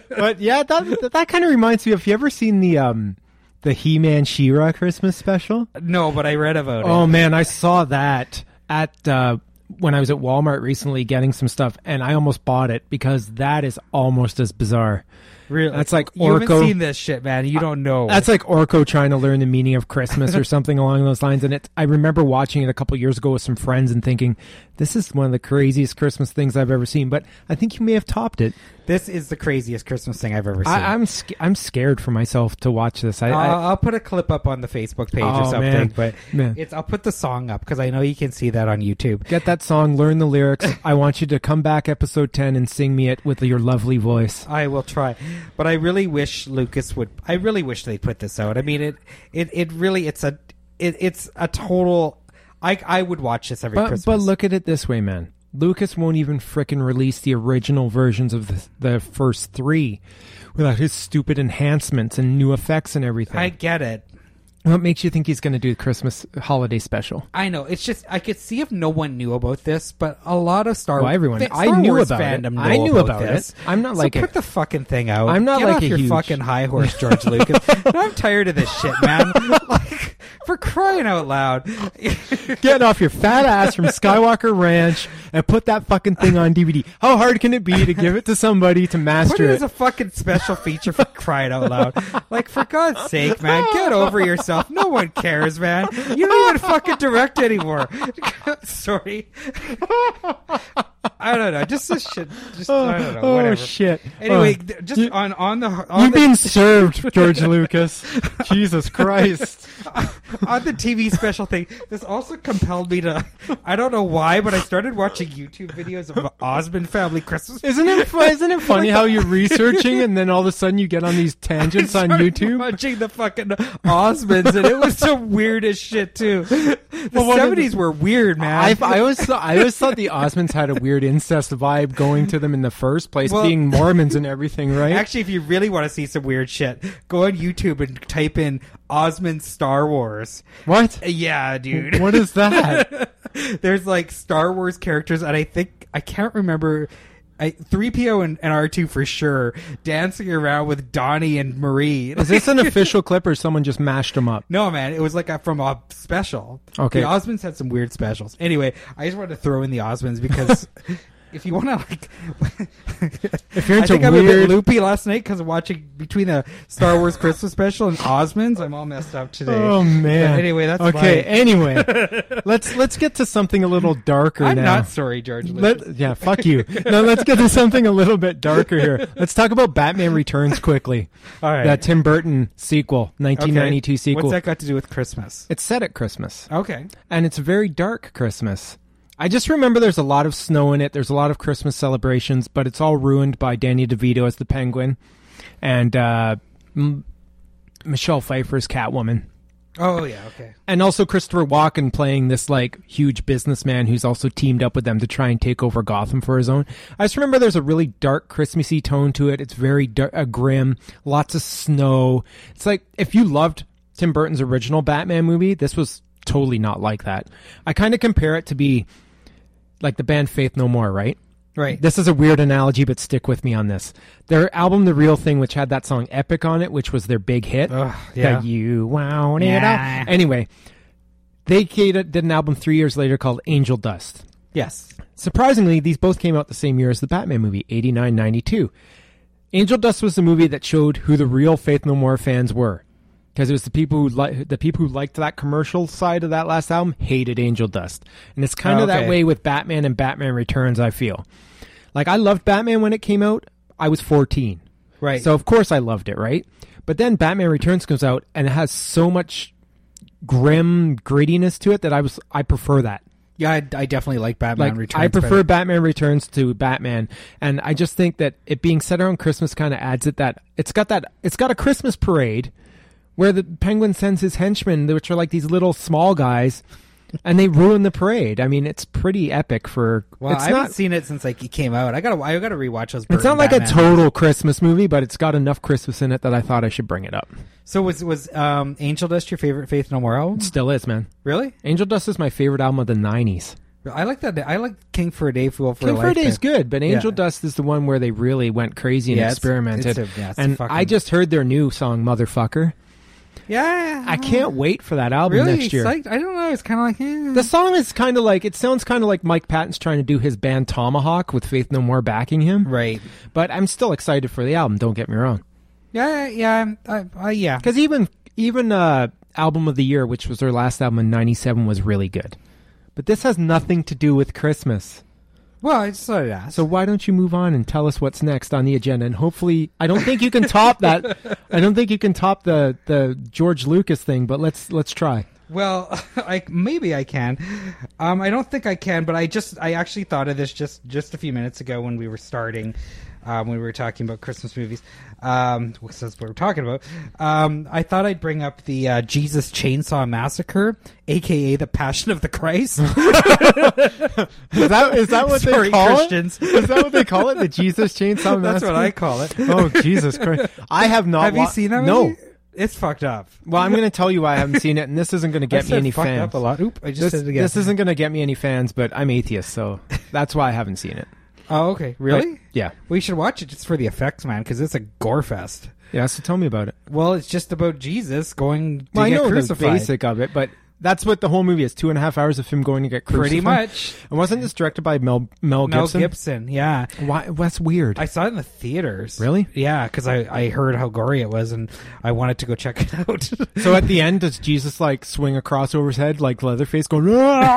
but yeah, that that, that kind of reminds me. If you ever seen the um the He Man She Ra Christmas special?
no but i read about it
Oh man, I saw that at uh, when I was at Walmart recently getting some stuff, and I almost bought it because that is almost as bizarre.
Really?
That's like
you haven't
Orko.
seen this shit, man. You don't know.
That's like Orko trying to learn the meaning of Christmas or something along those lines. And it, I remember watching it a couple years ago with some friends and thinking, "This is one of the craziest Christmas things I've ever seen." But I think you may have topped it.
this is the craziest Christmas thing I've ever seen.
I, I'm sc- I'm scared for myself to watch this. I, I,
will uh, put a clip up on the Facebook page or
Oh,
something,
man.
but
Man.
it's I'll put the song up because I know you can see that on YouTube.
Get that song, learn the lyrics. I want you to come back episode 10 and sing me it with your lovely voice.
I will try, but I really wish Lucas would. I really wish they put this out. I mean, it it it really it's a it, it's a total. I I would watch this every
But,
Christmas.
but look at it this way, man. Lucas won't even frickin' release the original versions of the, the first three without his stupid enhancements and new effects and everything.
I get it.
what makes you think he's going to do the Christmas holiday special?
I know. It's just I could see if no one knew about this, but a lot of Star
Well, everyone-
fa-
I
Star
knew
Wars
about it.
fandom know
I knew about it.
this.
I'm not
So
like a-
put the fucking thing out.
I'm not
Get
like
off
a
your
huge-
fucking high horse, George Lucas. No, I'm tired of this shit, man. like for crying out loud.
Get off your fat ass from Skywalker Ranch and put that fucking thing on DVD. How hard can it be to give it to somebody to
Put
master
it
it?
as a fucking special feature for crying out loud. Like, for God's sake, man, get over yourself. No one cares, man. You don't even fucking direct anymore. Sorry. I don't know. Just this shit. Just, I don't know.
oh,
whatever.
shit.
Anyway,
Oh.
th- just on on the on
You've
the,
been served, George Lucas. Jesus Christ.
on the TV special thing, this also compelled me to. I don't know why, but I started watching YouTube videos of Osmond family Christmas.
Isn't it fu- isn't it funny how you're researching and then all of a sudden you get on these tangents on
Started
YouTube?
watching the fucking Osmonds, and it was the weirdest shit too. The
Well, one of the-
seventies were weird, man.
I, I always thought, I always thought the Osmonds had a weird weird incest vibe going to them in the first place,
Well-
being Mormons and everything, right?
Actually, if you really want to see some weird shit, go on YouTube and type in Osmond Star Wars.
what?
Yeah, dude.
What is that?
There's like Star Wars characters, and I think I can't remember. I, 3PO and, and R2 for sure dancing around with Donnie and Marie.
Is this an official clip or someone just mashed them up?
no, man, it was like a, from a special.
Okay.
The Osmonds had some weird specials. Anyway, I just wanted to throw in the Osmonds because if you want to, like.
If you're
I
into
think I'm a bit
weird,
loopy last night because watching between the Star Wars Christmas special and Osmonds, I'm all messed up today.
oh man.
But anyway, that's
okay.
my-
Anyway, let's let's get to something a little darker
I'm
now.
not sorry, George. Lucas.
Let, yeah, fuck you. Now let's get to something a little bit darker here. Let's talk about Batman Returns quickly.
all right.
That Tim Burton sequel,
Okay.
1992 sequel.
What's that got to do with Christmas?
It's set at Christmas,
Okay.
and it's a very dark Christmas. I just remember there's a lot of snow in it. There's a lot of Christmas celebrations, but it's all ruined by Danny DeVito as the Penguin and uh, M- Michelle Pfeiffer as Catwoman.
Oh yeah. Okay.
And also Christopher Walken playing this like huge businessman who's also teamed up with them to try and take over Gotham for his own. I just remember there's a really dark Christmassy tone to it. It's very dar- uh, grim, lots of snow. It's like if you loved Tim Burton's original Batman movie, this was totally not like that. I kind of compare it to be like the band Faith No More, right?
Right.
This is a weird analogy, but stick with me on this. Their album The Real Thing, which had that song Epic on it, which was their big hit.
Ugh,
That you want it
Yeah.
all. Anyway, they ca- did an album three years later called Angel Dust.
yes.
Surprisingly, these both came out the same year as the Batman movie, 89 92. Angel Dust was the movie that showed who the real Faith No More fans were. Because it was the people who li- the people who liked that commercial side of that last album hated Angel Dust, and it's kind of
Oh,
that
okay.
way with Batman and Batman Returns. I feel like I loved Batman when it came out. I was fourteen,
Right.
so of course I loved it, right? But then Batman Returns comes out and it has so much grim grittiness to it that I was I prefer that.
yeah, I, I definitely like Batman
Like
Returns.
I prefer
better.
Batman Returns to Batman, and I just think that it being set around Christmas kind of adds it that it's got that it's got a Christmas parade where the Penguin sends his henchmen, which are like these little small guys, and they ruin the parade. I mean, it's pretty epic for
Well,
it's
I haven't
not
seen it since like it came out. I gotta I gotta rewatch those.
it's
Burton
not like a
Batman.
total Christmas movie, but it's got enough Christmas in it that I thought I should bring it up.
So was was um, Angel Dust your favorite Faith No More album?
Still is, man.
Really?
Angel Dust is my favorite album of the '90s.
I like that. I like King for a Day, Fool for
King
a
for a
Life.
Day is
there.
good, but Angel
Yeah.
Dust is the one where they really went crazy and
Yeah, it's-
experimented.
it's a- yeah, it's a
and
fucking-
I just heard their new song, Motherfucker.
Yeah.
I can't wait for that album
Oh. really
next year.
Psyched? I don't know. It's kind of like eh.
The song is kind of like it sounds kind of like Mike Patton's trying to do his band Tomahawk with Faith No More backing him.
right.
But I'm still excited for the album. Don't get me wrong,
Yeah. Yeah. I, I, yeah.
because even even uh, album of the year, which was their last album in '97, was really good. But this has nothing to do with Christmas.
Well, I just thought I'd ask.
So why don't you move on and tell us what's next on the agenda? And hopefully, I don't think you can top that. I don't think you can top the the George Lucas thing. But let's let's try.
Well, I maybe I can. Um, I don't think I can, but I just I actually thought of this just just a few minutes ago when we were starting, um, when we were talking about Christmas movies. Um, which is what we're talking about. Um, I thought I'd bring up the uh, Jesus Chainsaw Massacre, aka the Passion of the Christ.
Is that is that what
Sorry,
they call
Christians.
it? Is that what they call it? The Jesus Chainsaw
That's
Massacre?
what I call it.
Oh Jesus Christ! I have not.
Have you
wa-
seen that?
No.
movie? it's fucked up.
Well, I'm going to tell you why I haven't seen it, and this isn't going to
I
get me
said
any
fucked
fans.
up a lot. Oop! I just
This,
said it again.
this isn't going to get me any fans, but I'm atheist, so that's why I haven't seen it.
Oh, okay. Really?
But, yeah.
We should watch it just for the effects, man, because it's a gore fest.
Yeah. So tell me about it.
Well, it's just about Jesus going to
Well, I
get
know the
crucified.
basic of it, but that's what the whole movie is: two and a half hours of him going to get crucified.
Pretty much.
And wasn't this directed by Mel Mel
Mel
Gibson?
Gibson? yeah.
Why? That's weird.
I saw it in the theaters.
Really?
Yeah, because I, I heard how gory it was and I wanted to go check it out.
so at the end, does Jesus like swing a cross over his head like Leatherface going? "Ah!"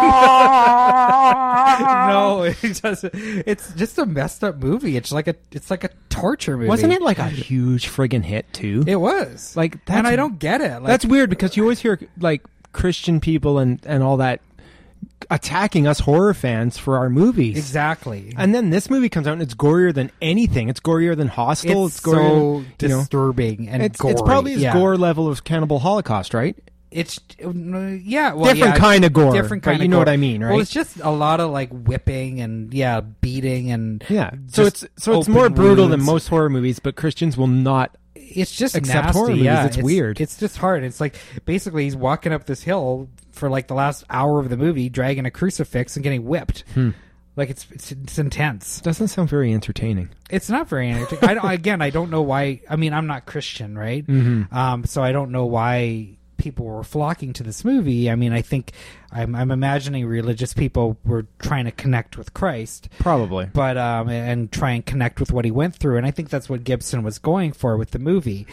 "Rah!"
no, it doesn't. It's just a messed up movie. It's like a it's like a torture movie.
Wasn't it like a huge friggin' hit too?
It was.
like that's,
and I don't get it. Like,
that's weird because you always hear like Christian people and and all that attacking us horror fans for our movies.
exactly.
And then this movie comes out and it's gorier than anything. It's gorier than Hostile.
it's
gorier
so
than, you know,
disturbing and
It's,
gory.
it's probably as
yeah.
gore level as Cannibal Holocaust, right?
It's yeah, well,
different
yeah,
kind of gore.
different kind
but you
of
know
gore.
what I mean, right?
Well, it's just a lot of like whipping and yeah, beating and
yeah. So
just
it's so it's
open
more brutal than
wounds.
most horror movies, but Christians will not.
it's just
Except
nasty.
horror movies,
yeah,
it's weird.
It's just hard. It's like basically he's walking up this hill for like the last hour of the movie, dragging a crucifix and getting whipped.
Hmm.
Like it's, it's it's intense.
Doesn't sound very entertaining.
It's not very entertaining. I don't, again, I don't know why. I mean, I'm not Christian, right?
Mm-hmm.
Um, so I don't know why people were flocking to this movie. I mean, I think I'm, I'm imagining religious people were trying to connect with Christ
Probably.
but um, and try and connect with what he went through. And I think that's what Gibson was going for with the movie.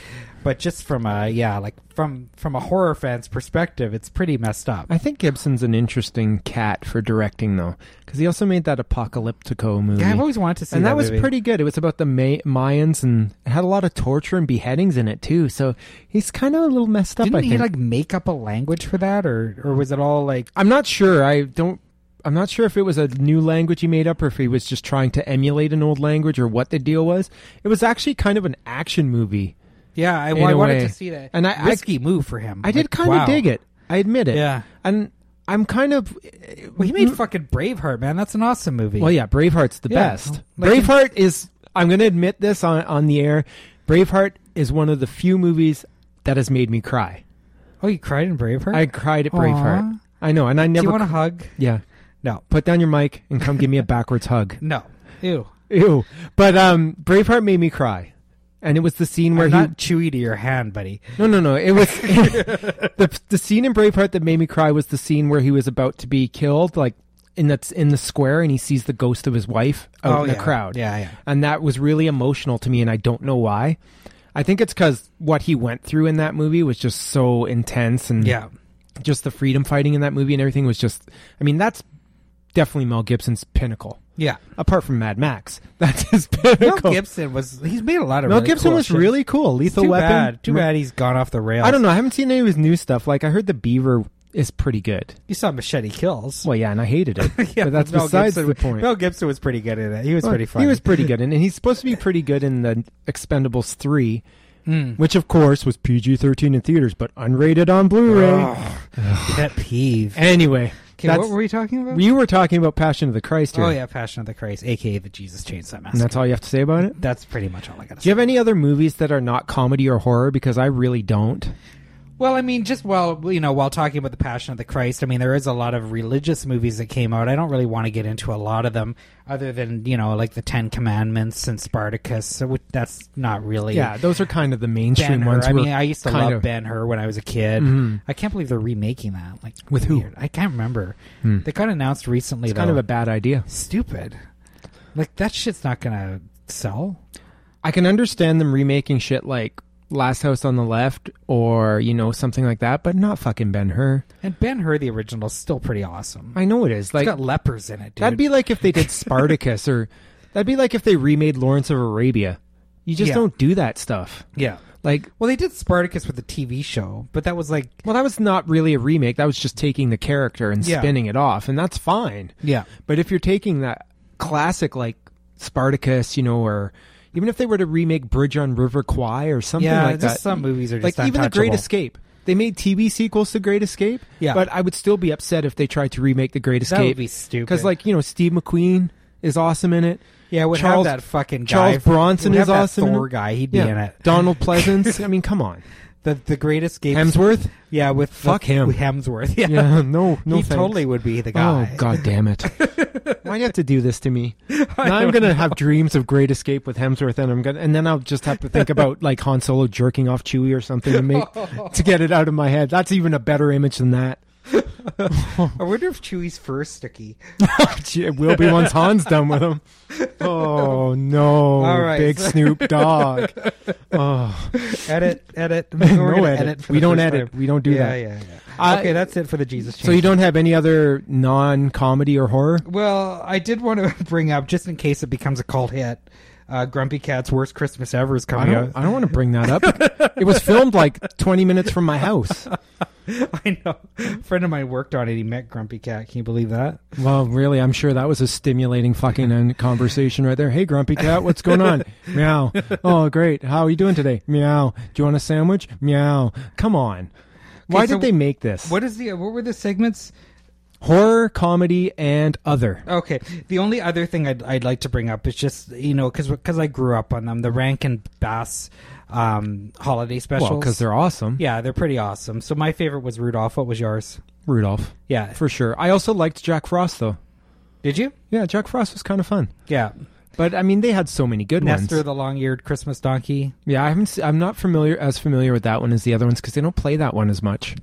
But just from a yeah, like from from a horror fan's perspective, it's pretty messed up.
I think Gibson's an interesting cat for directing, though, because he also made that Apocalyptico movie.
Yeah, I've always wanted to see
and that, was
movie.
pretty good. It was about the May- Mayans, and it had a lot of torture and beheadings in it too. So he's kind of a little messed up.
Didn't
I
he
think.
like make up a language for that, or or was it all like?
I'm not sure. I don't. I'm not sure if it was a new language he made up or if he was just trying to emulate an old language or what the deal was. It was actually kind of an action movie,
Yeah, I,
In
I
a
wanted
way.
to see that.
and I I,
Risky move for him.
I did
Like,
kind of
wow.
dig it. I admit it.
Yeah.
and I'm kind of.
Well, he made fucking Braveheart, man. That's an awesome movie.
Mm. Well, yeah, Braveheart's the
Yeah.
best.
Like-
Braveheart is. I'm going to admit this on on the air. Braveheart is one of the few movies that has made me cry.
Oh, you cried in Braveheart.
I cried at Braveheart.
Aw.
I know, and I
Do
never.
you want a hug?
yeah,
No,
put down your mic and come give me a backwards hug.
no. Ew.
Ew. But um, Braveheart made me cry, and it was the scene where
I'm
he.
not chewy to your hand, buddy.
No, no, no. It was the the scene in Braveheart that made me cry was the scene where he was about to be killed, like in that's in the square, and he sees the ghost of his wife out
oh,
in
yeah.
the crowd.
Yeah, yeah.
and that was really emotional to me, and I don't know why. I think it's because what he went through in that movie was just so intense, and
Yeah.
just the freedom fighting in that movie and everything was just. I mean, that's definitely Mel Gibson's pinnacle.
Yeah.
Apart from Mad Max, that's his
Mel
pinnacle.
Gibson was he's made a lot of
Mel
really
Gibson
cool
was
shit.
really cool. Lethal
too
Weapon.
bad. Too bad he's gone off the rails.
I don't know. I haven't seen any of his new stuff. Like I heard the Beaver is pretty good.
You saw Machete Kills.
Well, yeah, and I hated it.
Yeah,
but that's
Mel
besides
Gibson-
the point.
Mel Gibson was pretty good in it. He was
Well,
pretty funny.
He was pretty good, and, and he's supposed to be pretty good in the Expendables three,
Mm.
which of course was PG thirteen in theaters, but unrated on Blu-ray.
Ugh. Pet peeve.
Anyway,
Okay,
that's-
what were we talking about?
you were talking about Passion of the Christ here.
oh yeah, Passion of the Christ, aka the Jesus Chainsaw
and
Massacre.
that's all you have to say about it.
That's pretty much all I got to
Do you
say.
have any other movies that are not comedy or horror? Because I really don't.
Well, I mean, just while you know, while talking about the Passion of the Christ, I mean, there is a lot of religious movies that came out. I don't really want to get into a lot of them, other than you know, like the Ten Commandments and Spartacus. So which- that's not really
Yeah, those are kind of the mainstream
Ben Hur.
ones.
I
were
mean, I used to
kind
love
of- Mm-hmm.
Ben Hur when I was a kid. I can't believe they're remaking that. Like
With who? Hmm.
weird. I can't remember. They got announced recently.
It's
though.
kind of a bad idea.
stupid. Like that shit's not gonna sell.
I can understand them remaking shit like Last House on the Left or, you know, something like that, but not fucking Ben Hur.
And Ben Hur, the original, is still pretty awesome.
I know it is.
it's
Like
got lepers in it, dude.
that'd be like if they did Spartacus or that'd be like if they remade Lawrence of Arabia. You just
Yeah.
don't do that stuff.
yeah.
Like
Well, they did Spartacus with the TV show, but that was like
well, that was not really a remake. That was just taking the character and
Yeah.
spinning it off, and that's fine.
yeah,
But if you're taking that classic like Spartacus, you know, or even if they were to remake Bridge on River Kwai or something
yeah.
like
just
that,
some movies are just
like even the Great
untouchable.
Escape. They made TV sequels to Great Escape,
Yeah.
But I would still be upset if they tried to remake the Great
That would
Escape
be stupid.
because, like, you know, Steve McQueen is awesome in it.
yeah, would
Charles-
have that fucking guy,
Charles Bronson
would
is
have that
awesome in
Thor
it.
guy, he'd be in it.
Donald Pleasance. I mean, come on,
The the Great Escape.
Hemsworth.
Yeah, with
Fuck
with-
him.
with Hemsworth. Yeah,
Yeah, no, no,
he
thanks.
totally would be the guy.
Oh god damn it! Why do you have to do this to me? Now I'm gonna have dreams of Great Escape with Hemsworth, and I'm gonna, and then I'll just have to think about like Han Solo jerking off Chewie or something to make to get it out of my head. That's even a better image than that.
I wonder if Chewie's fur is sticky.
Gee, it will be once Han's done with him. Oh no,
All right.
big Snoop Dogg. Oh,
Edit, edit. We're
no
gonna
edit.
for
We
the
don't
first
edit.
time.
We don't do
yeah,
that.
Yeah, yeah.
I-
okay, that's it for the Jesus. Change.
So you don't have any other non-comedy or horror?
Well, I did want to bring up just in case it becomes a cult hit. Uh, Grumpy Cat's worst Christmas ever is
I
coming
don't.
out.
I don't want to bring that up. it was filmed like 20 minutes from my house.
I know. A friend of mine worked on it. He met Grumpy Cat. Can you believe that?
Well, really, I'm sure that was a stimulating fucking end conversation right there. Hey, Grumpy Cat, what's going on? Meow. Oh, great. How are you doing today? Meow. Do you want a sandwich? Meow. Come on. Why
so
did they make this?
What is the what were the segments?
Horror, comedy, and other.
Okay. The only other thing I'd, I'd like to bring up is just you know because I grew up on them the Rankin Bass um, holiday specials.
Well, because they're awesome.
yeah, they're pretty awesome. So my favorite was Rudolph. What was yours?
Rudolph,
Yeah.
for sure. I also liked Jack Frost though.
Did you?
Yeah, Jack Frost was kind of fun.
Yeah.
But I mean, they had so many good
Nestor
ones.
the long-eared Christmas donkey.
yeah, I haven't. se- I'm not familiar as familiar with that one as the other ones because they don't play that one as much.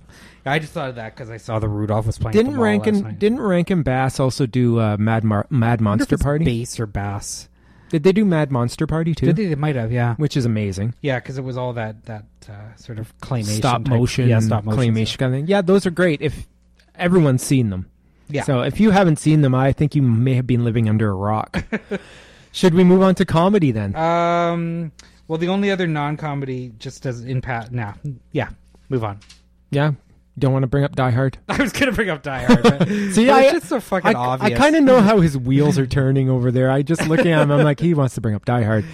I just thought of that because I saw the Rudolph was playing. at
Didn't
the mall last
Rankin
night.
Didn't Rankin Bass also do uh, Mad Mar- Mad
I wonder if
Monster
it's
Party?
Bass or Bass?
Did they do Mad Monster Party too?
Did they? They might have. Yeah.
Which is amazing.
Yeah, because it was all that that uh, sort of claymation,
Stop
type-
motion,
yeah, stop motion,
claymation
stuff.
kind of thing. Yeah, those are great. If everyone's seen them.
Yeah.
So if you haven't seen them, I think you may have been living under a rock. Should we move on to comedy then?
Um. Well, the only other non-comedy, just as in Pat. Now, yeah. Move on.
yeah. Don't want to bring up Die Hard.
I was gonna bring up Die Hard. But,
See,
but
I-
it's just so fucking
I,
obvious.
kind of know how his wheels are turning over there. I just looking at him, I'm like, he wants to bring up Die Hard.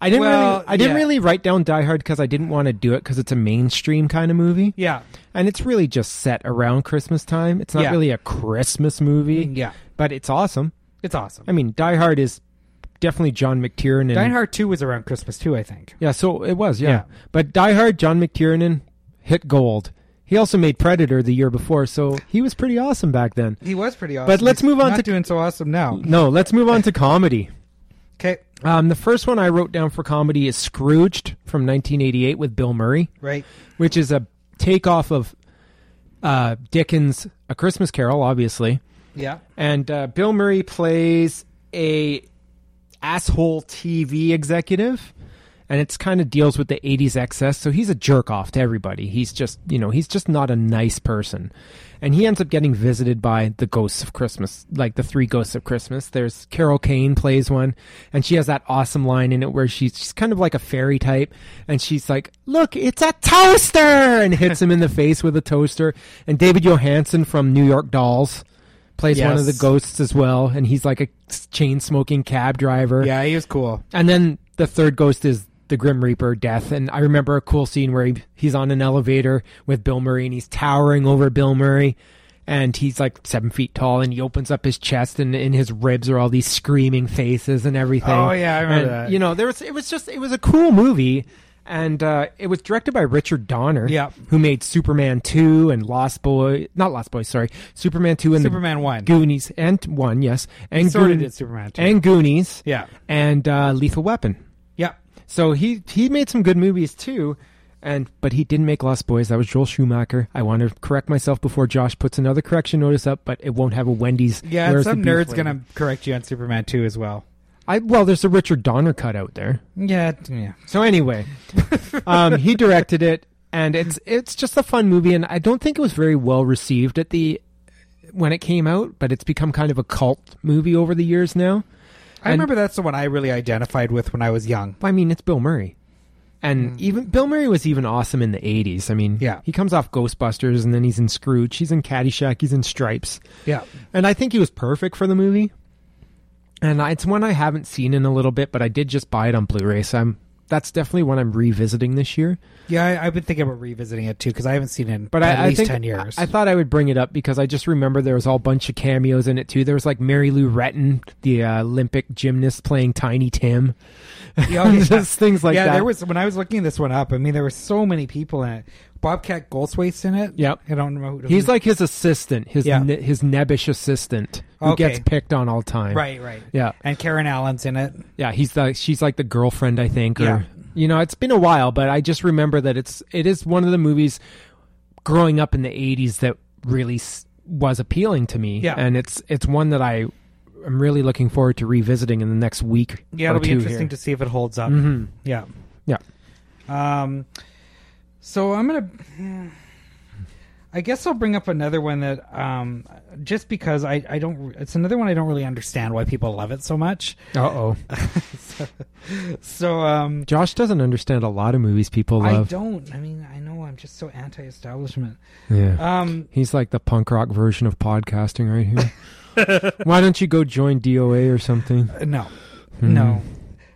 I didn't
Well,
really, I didn't
yeah.
really write down Die Hard because I didn't want to do it because it's a mainstream kind of movie,
Yeah.
and it's really just set around Christmas time. It's not
Yeah. Mm-hmm.
really a Christmas movie,
Yeah.
but it's awesome.
It's awesome.
I mean, Die Hard is definitely John McTiernan.
Die Hard Two was around Christmas too, I think.
Yeah, so it was, yeah.
Yeah.
But Die Hard, John McTiernan hit gold. He also made Predator the year before, so he was pretty awesome back then.
He was pretty awesome.
But let's move on
Not
to- Mm.
doing so awesome now.
No, let's move on to comedy.
Okay.
Um, the first one I wrote down for comedy is Scrooged from 1988 with Bill Murray,
Right.
which is a takeoff of uh, Dickens' A Christmas Carol, obviously.
Yeah.
And uh, Bill Murray plays a asshole TV executive, and it's kind of deals with the '80s excess. So he's a jerk off to everybody. He's just you know he's just not a nice person, and he ends up getting visited by the ghosts of Christmas, like the three ghosts of Christmas. There's Carol Kane plays one, and she has that awesome line in it where she's, she's kind of like a fairy type, and she's like, "Look, it's a toaster," and hits him in the face with a toaster. And David Johansen from New York Dolls plays one of the
Yes.
ghosts as well, and he's like a chain smoking cab driver.
Yeah. He was cool.
And then the third ghost is the Grim Reaper, Death. And I remember a cool scene where he, he's on an elevator with Bill Murray, and he's towering over Bill Murray, and he's like seven feet tall, and he opens up his chest, and in his ribs are all these screaming faces and everything.
Oh, yeah, I
And,
remember that.
You know, there was it was just it was a cool movie. And uh, it was directed by Richard Donner,
Yeah.
who made Superman two and Lost Boy, not Lost Boy, sorry, Superman two and the
Superman One.
Goonies and one, yes, and
Sort
Goon-
of did Superman Two.
and Goonies,
yeah.
and uh, Lethal Weapon.
Yeah.
So he he made some good movies too, and but he didn't make Lost Boys. That was Joel Schumacher. I want to correct myself before Josh puts another correction notice up, but it won't have a Wendy's.
Yeah,
Where's the
some
Beef
nerd's
label?
gonna correct you on Superman 2 as well.
I well, there's a Richard Donner cut out there.
Yeah, t- yeah.
So anyway, um, he directed it, and it's it's just a fun movie, and I don't think it was very well received at the when it came out, but it's become kind of a cult movie over the years now.
I
And-
remember that's the one I really identified with when I was young.
I mean, it's Bill Murray. And even Bill Murray was even awesome in the 80s. I mean,
Hmm. Yeah.
he comes off Ghostbusters and then he's in Scrooge, he's in Caddyshack, he's in Stripes.
Yeah.
And I think he was perfect for the movie. And I, it's one I haven't seen in a little bit, but I did just buy it on Blu-ray, so I'm that's definitely one I'm revisiting this year.
Yeah, I, I've been thinking about revisiting it too because I haven't seen it in
But
at
I,
least
I think
10 years.
I, I thought I would bring it up because I just remember there was all bunch of cameos in it too. There was like Mary Lou Retton, the uh, Olympic gymnast, playing Tiny Tim.
Yeah, okay.
just things like
yeah,
that.
there was when I was looking this one up. I mean, there were so many people in it. Bobcat Goldthwait's in it.
Yep.
I don't know. Who
He's like his assistant, his
Yeah.
ne- his nebbish assistant who
Okay.
gets picked on all time.
right, right.
Yeah.
And Karen Allen's in it.
Yeah, he's the she's like the girlfriend I think or
Yeah.
you know, it's been a while, but I just remember that it's it is one of the movies growing up in the 80s that really s- was appealing to me
Yeah.
and it's it's one that I am really looking forward to revisiting in the next week.
Yeah,
or
it'll be
two
interesting
here.
to see if it holds up.
Mhm.
Yeah.
Yeah.
Um, so I'm gonna. I guess I'll bring up another one that um, just because I, I don't it's another one I don't really understand why people love it so much.
Uh-oh.
Uh, So um,
Josh doesn't understand a lot of movies people
I
love.
don't. I mean, I know I'm just so anti-establishment.
Yeah.
Um,
He's like the punk rock version of podcasting right here. Why don't you go join DOA or something?
no, no.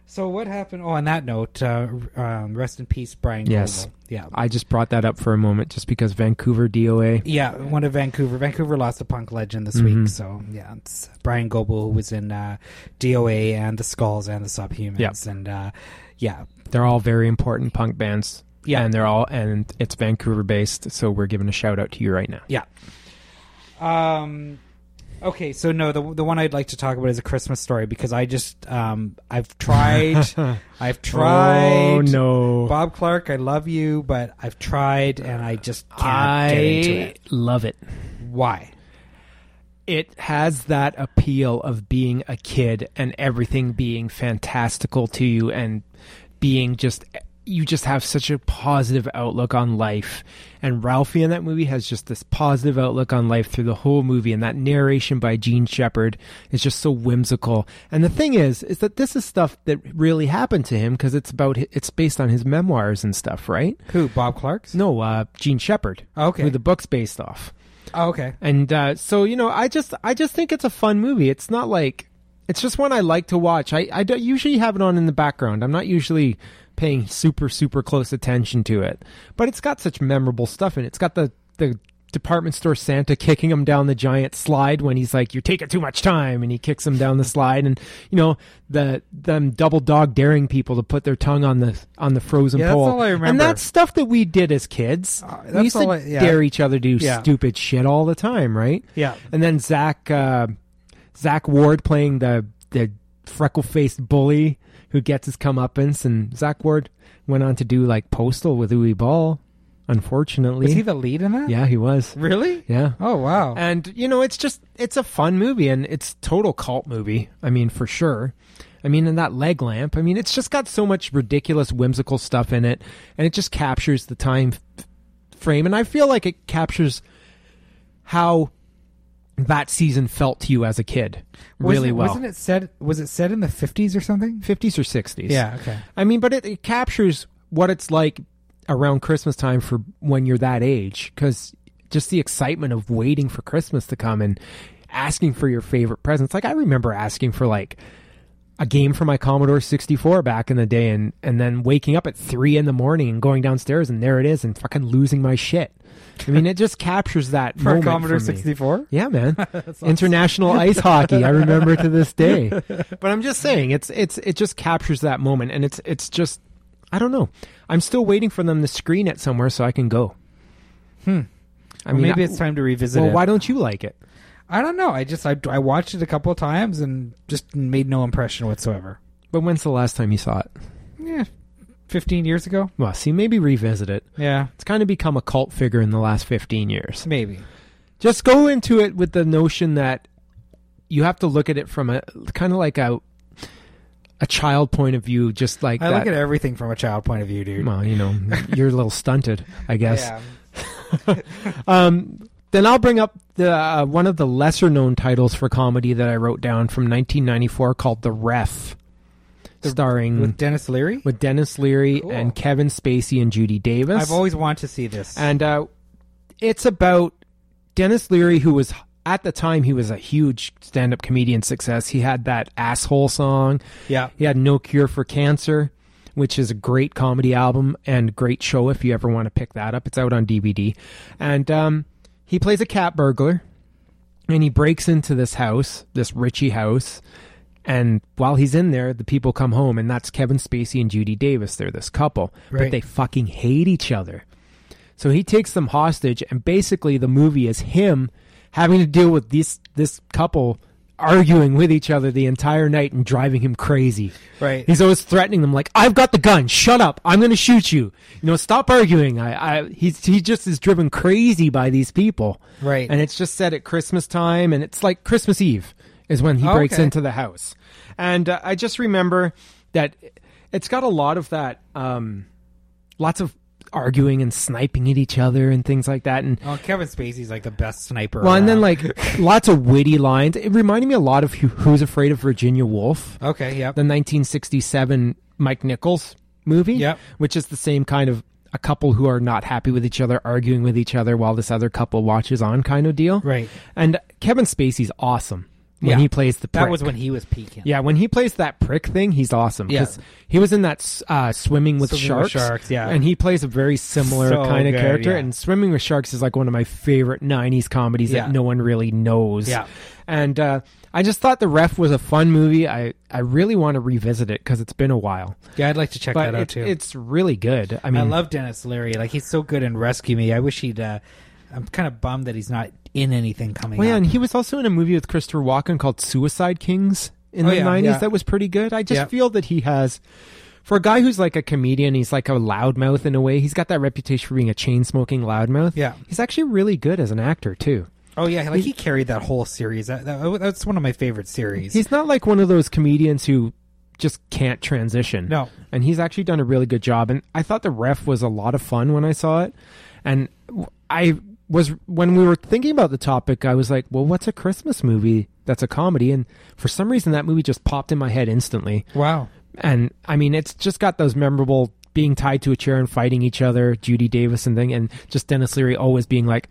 So what happened? Oh, on that note, uh, um, rest in peace, Brian.
Yes.
Colville. Yeah.
I just brought that up for a moment just because Vancouver DOA.
Yeah, one of Vancouver. Vancouver lost a punk legend this
Mhm.
week, so yeah, it's Brian Goebel who was in uh, DOA and the Skulls and the Subhumans, and uh, yeah,
They're all very important punk bands.
Yeah.
And they're all, and it's Vancouver based. So we're giving a shout out to you right now.
yeah. Um, okay, so no, the the one I'd like to talk about is a Christmas story because I just um I've tried, I've tried.
Oh, no.
Bob Clark, I love you, but I've tried and I just can't
I
get into it.
love it.
Why?
It has that appeal of being a kid and everything being fantastical to you and being just you just have such a positive outlook on life. And Ralphie in that movie has just this positive outlook on life through the whole movie and that narration by Gene Shepard is just so whimsical. And the thing is is that this is stuff that really happened to him because it's about it's based on his memoirs and stuff, right?
Who? Bob Clark's?
No, uh Gene Shepard.
Okay.
Who the book's based off
Oh, okay.
and uh, so you know i just i just think it's a fun movie it's not like it's just one i like to watch i i don't usually have it on in the background i'm not usually paying super super close attention to it but it's got such memorable stuff in it it's got the the department store santa kicking him down the giant slide when he's like you're taking too much time and he kicks him down the slide and you know the them double dog daring people to put their tongue on the on the frozen
Yeah, that's
pole
all I
and
remember.
that's stuff that we did as kids
Uh,
we
that's
used to
all I- yeah.
dare each other to do
Yeah.
stupid shit all the time right
Yeah.
and then Zach uh, Zach Ward playing the the freckle faced bully who gets his comeuppance, and Zach Ward went on to do like Postal with Uwe Ball. Unfortunately,
Was he the lead in that?
yeah, he was.
Really?
Yeah,
Oh wow.
and you know, it's just it's a fun movie, and it's total cult movie. I mean, for sure. I mean, and that leg lamp. I mean, it's just got so much ridiculous, whimsical stuff in it, and it just captures the time f- frame. And I feel like it captures how that season felt to you as a kid really
wasn't,
well.
Wasn't it said? Was it said in the fifties or something?
50s or 60s.
Yeah. Okay.
I mean, but it, it captures what it's like around Christmas time for when you're that age, because just the excitement of waiting for Christmas to come and asking for your favorite presents. Like I remember asking for like a game for my Commodore 64 back in the day, and and then waking up at three in the morning and going downstairs, and there it is, and fucking losing my shit. I mean, it just captures that
For
moment
Commodore
for me.
sixty four.
Yeah, man. International ice hockey. I remember to this day. But I'm just saying, it's it's it just captures that moment, and it's it's just I don't know. I'm still waiting for them to screen it somewhere so I can go. Hmm. I mean,
maybe
I-
it's time to revisit
well,
it.
why don't you like it?
I don't know. I just I, I watched it a couple of times and just made no impression whatsoever.
But when's the last time you saw it?
Yeah, fifteen years ago.
Well, see, maybe revisit it.
Yeah,
It's kind of become a cult figure in the last 15 years.
maybe.
just go into it with the notion that you have to look at it from a kind of like a a child point of view just like
I
that
look at everything from a child point of view, dude.
well you know you're a little stunted i guess
Yeah.
um then i'll bring up the uh, one of the lesser known titles for comedy that i wrote down from 1994 called the ref
The-
starring
Hmm. With
with,
Dennis Leary,
dennis leary
Cool.
and kevin spacey and judy davis
I've always wanted to see this.
and uh, it's about Dennis Leary, who was at the time he was a huge stand-up comedian success. He had that asshole song.
yeah,
He had No Cure for Cancer, which is a great comedy album and great show if you ever want to pick that up. It's out on DVD. And um, he plays a cat burglar and he breaks into this house, this Richie house. And while he's in there, the people come home, and that's Kevin Spacey and Judy Davis. They're this couple, but
Right.
they fucking hate each other. So he takes them hostage, and basically the movie is him having to deal with this this couple arguing with each other the entire night and driving him crazy.
right.
He's always threatening them, like, "I've got the gun. Shut up. I'm going to shoot you. You know, stop arguing." I, I, he's he just is driven crazy by these people,
Right.
And it's just set at Christmas time, and it's like Christmas Eve is when he breaks
Okay.
into the house, and uh, I just remember that it's got a lot of that, um, lots of arguing and sniping at each other and things like that, and
oh, Kevin Spacey's like the best sniper.
well, and then
around.
like lots of witty lines. It reminded me a lot of Who- Who's Afraid of Virginia Woolf
okay, yeah,
the 1967 Mike Nichols movie,
Yep.
which is the same kind of a couple who are not happy with each other, arguing with each other while this other couple watches on kind of deal.
right.
And Kevin Spacey's awesome. when
Yeah.
he plays the prick.
That was when he was peaking.
yeah, when he plays that prick thing, he's awesome.
Yeah.
'Cause he was in that s- uh, swimming with
Swimming
sharks.
with Sharks, yeah.
and he plays a very similar
So
kind of
good,
character.
yeah.
And swimming with sharks is like one of my favorite '90s comedies
Yeah.
that no one really knows.
Yeah.
and uh, I just thought the ref was a fun movie. I I really want to revisit it because it's been a while,
Yeah, I'd like to check
but
that out
it's
too.
it's really good. I mean,
I love Dennis Leary. Like he's so good in Rescue Me. I wish he'd. Uh, I'm kind of bummed that he's not in anything coming
Well, Oh, yeah,
up.
and he was also in a movie with Christopher Walken called Suicide Kings in
Oh,
the
yeah,
90s
yeah.
that was pretty good. I just
Yeah.
feel that he has for a guy who's like a comedian, he's like a loudmouth in a way. He's got that reputation for being a chain-smoking loudmouth.
Yeah.
He's actually really good as an actor, too.
Oh yeah, like he carried that whole series. That, that, that's one of my favorite series.
He's not like one of those comedians who just can't transition.
No.
And he's actually done a really good job. And I thought the ref was a lot of fun when I saw it. And w- I was, when we were thinking about the topic, I was like, well, what's a Christmas movie that's a comedy? And for some reason, that movie just popped in my head instantly.
wow.
And I mean, it's just got those memorable being tied to a chair and fighting each other, Judy Davis and thing, and just Dennis Leary always being like,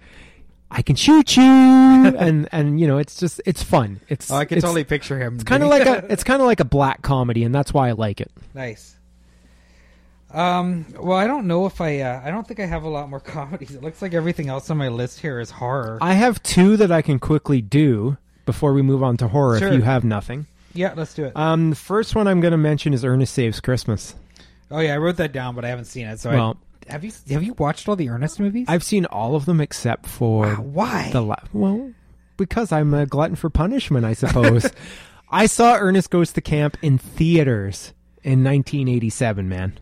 I can shoot you, and and you know it's just it's fun. It's
Oh, I can
it's-
totally picture him. It's
kind of like a it's kind of like a black comedy and that's why i like it
nice. Um. Well, I don't know if I. Uh, I don't think I have a lot more comedies. It looks like everything else on my list here is horror.
i have two that i can quickly do before we move on to horror
Sure.
if you have nothing
yeah, let's do it.
um the first one i'm going to mention is ernest saves christmas
oh yeah, I wrote that down, but I haven't seen it. So
well
I, have you? Have you watched all the Ernest movies?
i've seen all of them except for
Wow, why?
the la- well because i'm a glutton for punishment i suppose i saw ernest goes to camp in theaters in 1987 man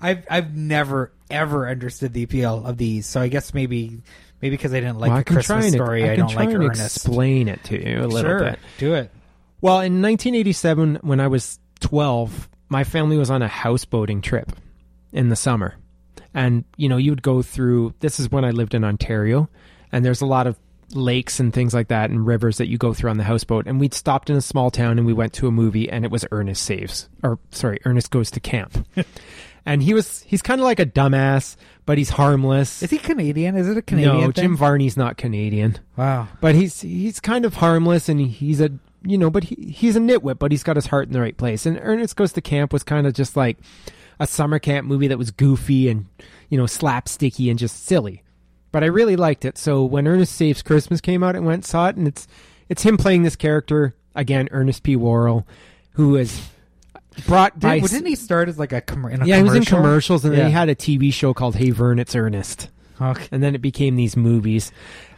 I've I've never ever understood the appeal of these. So I guess maybe maybe because I didn't like
Well, i
the
can
Christmas
try and, I
story, I,
can
don't
try
like
and
Ernest.
explain it to you a little
sure,
bit
do it.
Well, in 1987, when I was 12, my family was on a houseboating trip in the summer. And, you know, you would go through, this is when I lived in Ontario, and there's a lot of lakes and things like that and rivers that you go through on the houseboat. And we'd stopped in a small town and we went to a movie and it was Ernest Saves, or sorry, Ernest Goes to Camp. and he was, he's kind of like a dumbass, but he's harmless.
Is he Canadian? Is it a Canadian
no,
thing?
Jim Varney's not Canadian
wow.
but he's he's kind of harmless and he's a you know but he, he's a nitwit but he's got his heart in the right place and ernest goes to camp was kind of just like a summer camp movie that was goofy and you know slapsticky and just silly but i really liked it so when ernest saves christmas came out i went and saw it and it's it's him playing this character again ernest p worrell who is brought by
Did, didn't he start as like a, com- in a
yeah he
commercial?
was in commercials and then he
Yeah.
had a tv show called hey vern it's ernest
Okay.
and then it became these movies.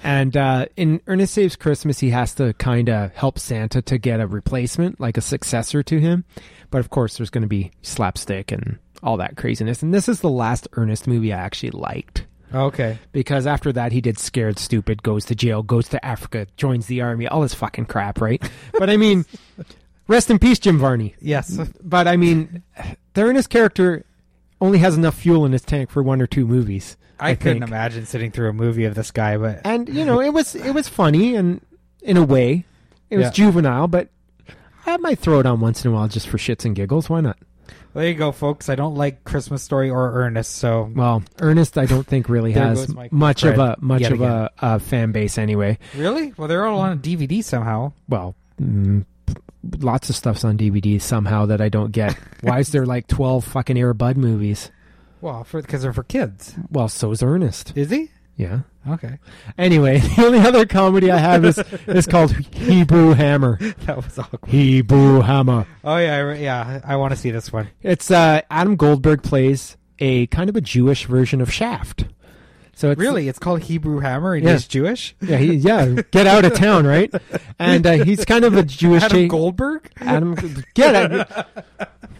And uh, in Ernest Saves Christmas, he has to kind of help Santa to get a replacement, like a successor to him. But of course, there's going to be slapstick and all that craziness. And this is the last Ernest movie I actually liked
Okay.
because after that, he did Scared Stupid, goes to jail, goes to Africa, joins the army, all this fucking crap, right? but I mean, rest in peace, Jim Varney.
Yes.
But I mean, the Ernest character only has enough fuel in his tank for one or two movies.
I,
I
couldn't
think.
imagine sitting through a movie of this guy, but
and you know it was it was funny and in a way it was
Yeah.
juvenile but i might throw it on once in a while just for shits and giggles why not
there you go, folks. I don't like Christmas Story or Ernest, so
well ernest i don't think really
There
has
goes my
much of a
cred
much
yet
of a, a fan base anyway
really, well, they're all on a DVD somehow.
well mm, lots of stuff's on dvd somehow that i don't get why is there like 12 fucking air bud movies
Well, because they're for kids.
well so's ernest
Is he?
yeah
Okay,
anyway the only other comedy i have is is called hebrew hammer
that was awkward.
hebrew hammer
Oh yeah, I, re- yeah. I want to see this one.
It's uh, Adam Goldberg plays a kind of a Jewish version of Shaft. So it's
Really, it's called Hebrew Hammer, and
Yeah.
he's Jewish.
yeah, he, yeah, get out of town, right? And uh, he's kind of a Jewish
Adam
cha-
Goldberg.
Adam, get out,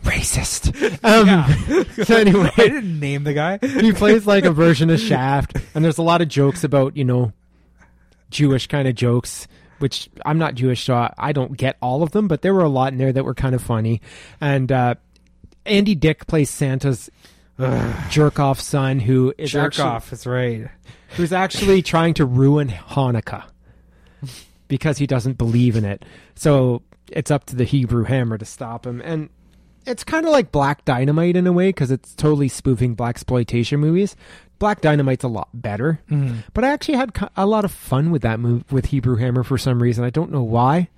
racist. Um, So
I
anyway,
didn't name the guy.
he plays like a version of Shaft, and there's a lot of jokes about you know Jewish kind of jokes, which I'm not Jewish, so I- I don't get all of them, but there were a lot in there that were kind of funny. And uh, Andy Dick plays Santa's jerk off son, who is
Jerk
actually,
off is right.
who's actually trying to ruin Hanukkah because he doesn't believe in it. So it's up to the Hebrew Hammer to stop him. And it's kind of like Black Dynamite in a way because it's totally spoofing black exploitation movies. Black Dynamite's a lot better, but I actually had ki- a lot of fun with that move with Hebrew Hammer for some reason. I don't know why.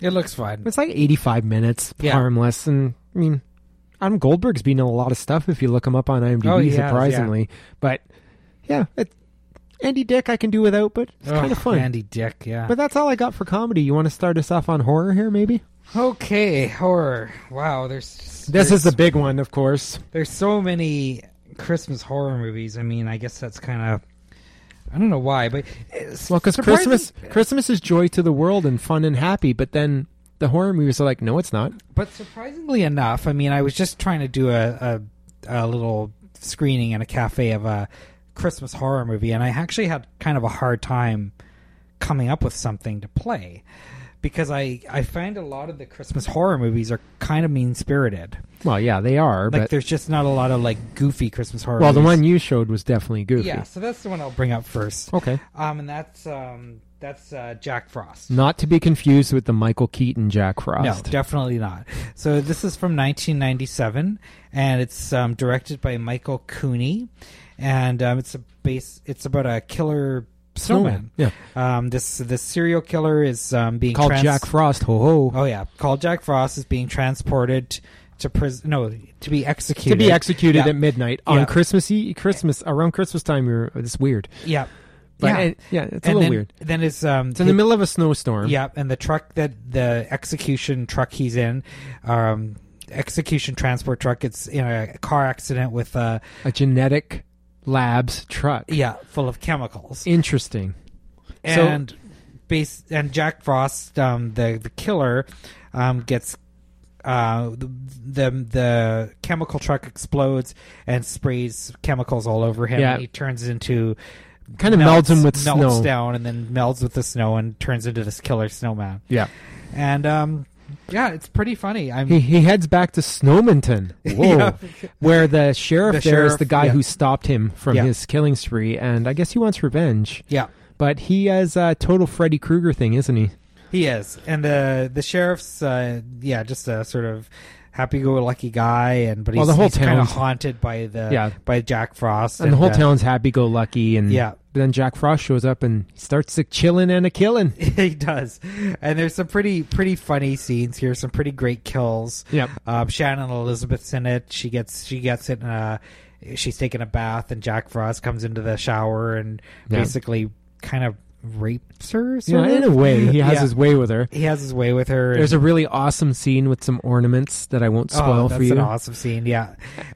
It looks fine.
It's like 85 minutes,
Yeah.
harmless. And I mean, Adam Goldberg's been in a lot of stuff if you look him up on IMDb,
Oh, he has, yeah.
surprisingly. But yeah, it, Andy Dick I can do without, but it's kind
Ugh,
of fun.
Andy Dick, yeah.
But that's all I got for comedy. You want to start us off on horror here, maybe?
okay, horror. Wow, there's
This
there's,
is the big one, of course.
there's so many Christmas horror movies. I mean, I guess that's kind of I don't know why, but it's
Well, because
surprising-
Christmas, Christmas is joy to the world and fun and happy, but then the horror movies are like, no, it's not.
But surprisingly enough, I mean, I was just trying to do a, a, a little screening in a cafe of a Christmas horror movie, and I actually had kind of a hard time coming up with something to play because I, I find a lot of the Christmas horror movies are kind of mean spirited.
Well, yeah, they are,
Like,
but
there's just not a lot of like goofy Christmas horror
well, the
movies.
one you showed was definitely goofy.
Yeah, so that's the one I'll bring up first.
Okay,
Um, and that's um, that's uh, Jack Frost.
not to be confused with the Michael Keaton Jack Frost.
No, definitely not. So this is from 1997, and it's um, directed by Michael Cooney, and um, it's a base. It's about a killer snowman.
Yeah,
Um, this this serial killer is um, being
called
trans-
Jack Frost. Ho ho.
Oh yeah, called Jack Frost is being transported to prison. No, to be
to
executed.
be executed
Yeah.
at midnight on
Yeah.
Christmas Eve, Christmas around Christmas time. You're, it's weird,
Yeah.
but
yeah.
it- yeah, it's a
and
little
then,
weird.
Then it's um.
It's in the middle of a snowstorm.
Yeah, and the truck that the execution truck he's in, um, execution transport truck, it's in a car accident with uh,
a genetic labs truck.
yeah, full of chemicals.
Interesting. So-
and base and Jack Frost, um, the the killer, um, gets uh, the, the the chemical truck explodes and sprays chemicals all over him.
Yeah.
he turns into
Kind of melds him with
melts
snow.
down and then melds with the snow and turns into this killer snowman.
Yeah.
And um, yeah, it's pretty funny. I'm
He, he heads back to Snowminton, whoa,
Yeah.
where the sheriff
The
there is
sheriff,
the guy
yeah.
who stopped him from
Yeah.
his killing spree, and I guess he wants revenge.
yeah.
But he has a total Freddy Krueger thing, isn't he?
He is, and the the sheriff's uh, yeah, just a sort of happy-go-lucky guy, and but he's,
Well, the whole
he's kind of
town's-
haunted by the
Yeah.
by Jack Frost
And, the whole
uh,
town's happy-go-lucky, and
Yeah.
then Jack Frost shows up and starts a chilling and a killing.
he does, and there's some pretty pretty funny scenes here, some pretty great kills.
Yep.
Um, Shannon Elizabeth's in it. She gets she gets it. In a, she's taking a bath, and Jack Frost comes into the shower and
Yeah.
basically kind of rapes her.
Yeah,
Sort
in
of.
a way, he has
Yeah.
his way with her.
He has his way with her. and-
There's a really awesome scene with some ornaments that I won't spoil
oh,
for
that's
you.
an awesome scene, yeah.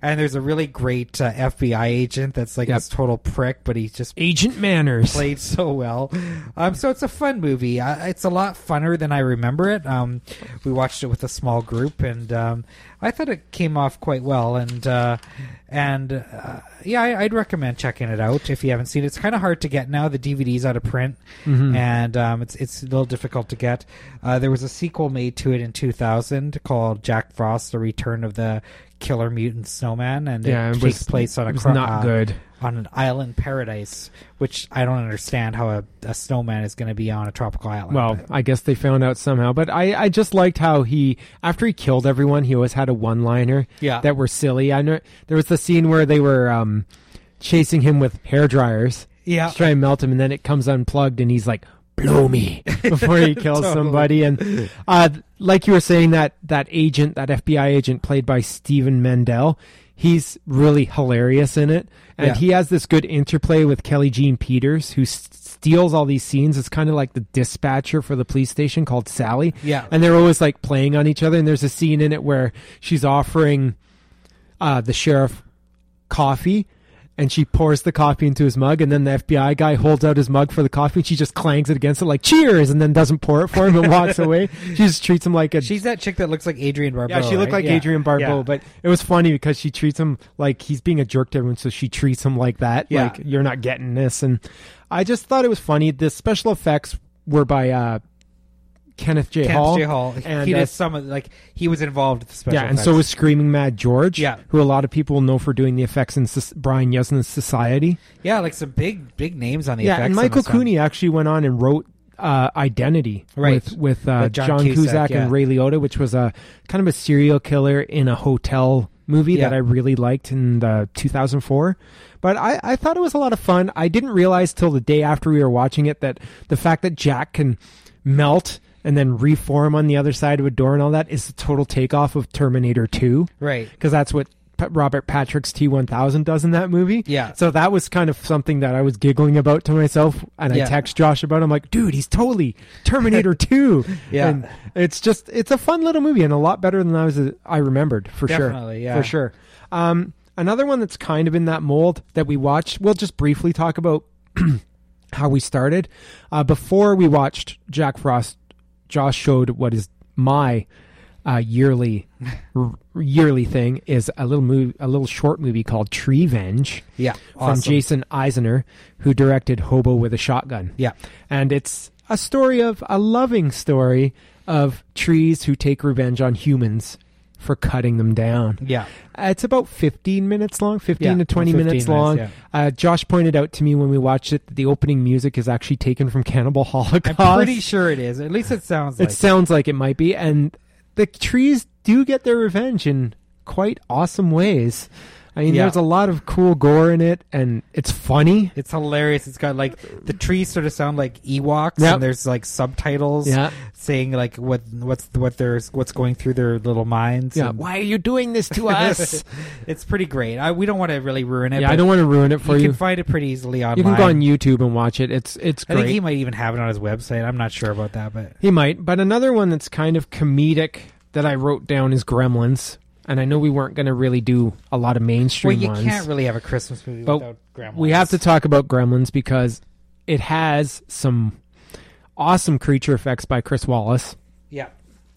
And there's a really great uh, FBI agent that's like
Yep.
this total prick, but he's just
Agent Manners.
played so well. Um, so it's a fun movie. I, it's a lot funner than I remember it. Um, we watched it with a small group, and um, I thought it came off quite well. And uh, and uh, yeah, I, I'd recommend checking it out if you haven't seen it. It's kind of hard to get now. The DVD's out of print,
Mm-hmm.
and um, it's it's a little difficult to get. Uh, there was a sequel made to it in 2000 called Jack Frost: The Return of the Killer Mutant Snowman, and
yeah,
it,
it
takes
was,
place on a
it was
cro-
not
uh,
good.
on an island paradise, which I don't understand how a, a snowman is going to be on a tropical island.
Well, I guess they found out somehow. But I, I just liked how he, after he killed everyone, he always had a one-liner
Yeah.
that were silly. I know there was the scene where they were um, chasing him with hair dryers
yeah,
to try and melt him, and then it comes unplugged, and he's like, "Blow me!" before he kills
Totally.
somebody. And uh, like you were saying, that that agent, that FBI agent played by Steven Mendel. He's really hilarious in it, and
Yeah.
he has this good interplay with Kelly Jean Peters, who s- steals all these scenes. It's kind of like the dispatcher for the police station called Sally,
yeah,
and they're always like playing on each other. And there's a scene in it where she's offering uh, the sheriff coffee, and she pours the coffee into his mug, and then the FBI guy holds out his mug for the coffee, and she just clangs it against it like "cheers," and then doesn't pour it for him and walks away. She just treats him like a
she's that chick that looks like Adrian Barbeau.
yeah, she looked
right?
like Adrian Barbeau,
Yeah.
but it was funny because she treats him like he's being a jerk to everyone, so she treats him like that.
Yeah.
Like you're not getting this, and I just thought it was funny. The special effects were by uh, Kenneth J.
Kenneth
Hall.
J. Hall.
And,
he
uh,
did some of like he was involved with the special.
yeah, and so
effects.
was Screaming Mad George,
Yeah.
who a lot of people know for doing the effects in Sus- Brian Yesna's Society.
yeah, like some big big names on the
yeah,
effects.
and
on
Michael
this one.
Cooney actually went on and wrote uh, Identity
Right.
with with, uh,
With
John,
John
Cusack,
Cusack, yeah.
and Ray Liotta, which was a kind of a serial killer in a hotel movie
Yeah.
that I really liked in the 2004. But I, I thought it was a lot of fun. I didn't realize till the day after we were watching it that the fact that Jack can melt and then reform on the other side of a door and all that is the total takeoff of Terminator 2
Right.
because that's what P- Robert Patrick's T1000 does in that movie.
Yeah.
So that was kind of something that I was giggling about to myself and
Yeah.
I text Josh about. it. I'm like, "Dude, he's totally Terminator 2."
Yeah.
And it's just it's a fun little movie and a lot better than I was I remembered for sure.
Definitely, yeah.
For sure. Um another one that's kind of in that mold that we watched, we'll just briefly talk about how we started. Uh, before we watched Jack Frost, Josh showed what is my uh, yearly r- yearly thing is a little movie, a little short movie called Treevenge
Yeah.
from
Awesome.
Jason Eisner, who directed Hobo with a Shotgun.
Yeah.
And it's a story of a loving story of trees who take revenge on humans for cutting them down.
Yeah.
Uh, It's about 15 minutes long, 15
Yeah,
to 20
15
minutes
minutes,
long.
yeah.
uh, Josh pointed out to me when we watched it that the opening music is actually taken from Cannibal Holocaust.
I'm pretty sure it is. At least it sounds
it
like.
sounds like it might be. And the trees do get their revenge in quite awesome ways. I mean,
Yeah.
there's a lot of cool gore in it, and it's funny.
It's hilarious. It's got like the trees sort of sound like Ewoks,
Yep.
and there's like subtitles
Yeah.
saying like what what's what there's what's going through their little minds.
Yeah.
and-
Why are you doing this to us?
it's pretty great. I, we don't want to really ruin it.
yeah,
but
I don't want to ruin it for
you
you.
can find it pretty easily online.
you can go on YouTube and watch it. It's it's
I
great.
think he might even have it on his website. I'm not sure about that, but
He might, but another one that's kind of comedic that I wrote down is Gremlins, and I know we weren't going to really do a lot of
well,
mainstream
you
ones.
can't really have a Christmas movie
But
without grandma.
we have to talk about Gremlins because it has some awesome creature effects by Chris Wallace.
yeah.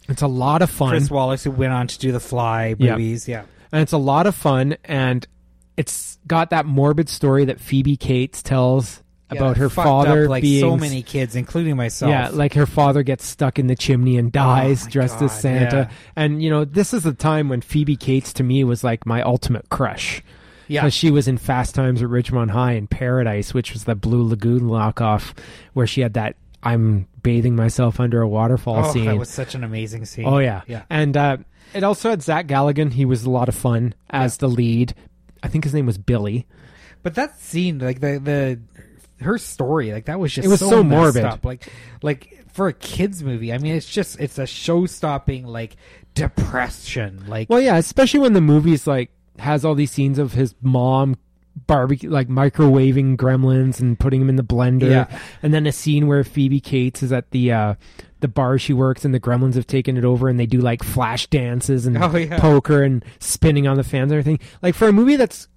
It's a lot of fun,
Chris Wallace, who went on to do the Fly
Yeah.
movies, yeah.
and it's a lot of fun, and it's got that morbid story that Phoebe Cates tells
Yeah,
about
that
her
fucked
father
up, like
being
so many kids, including myself.
Yeah, like her father gets stuck in the chimney and dies
Oh my
dressed as
God,
Santa.
yeah.
And, you know, this is the time when Phoebe Cates to me was like my ultimate crush.
yeah,
Because she was in Fast Times at Richmond High in Paradise, which was the Blue Lagoon lockoff, where she had that I'm bathing myself under a waterfall
oh,
scene.
that was such an amazing scene.
Oh yeah,
Yeah.
And uh, it also had Zach Galligan. He was a lot of fun as the lead. I think his name was Billy.
But that scene, like the the her story, like that was just
It was
so,
so
messed
morbid.
Up. Like like for a kids movie, I mean, it's just it's a show stopping like depression. Like
Well, yeah, especially when the movie's like has all these scenes of his mom barbecue, like microwaving gremlins and putting them in the blender,
Yeah.
and then a scene where Phoebe Cates is at the uh, the bar she works, and the gremlins have taken it over, and they do like flash dances and
Oh, yeah.
poker and spinning on the fans and everything. Like for a movie that's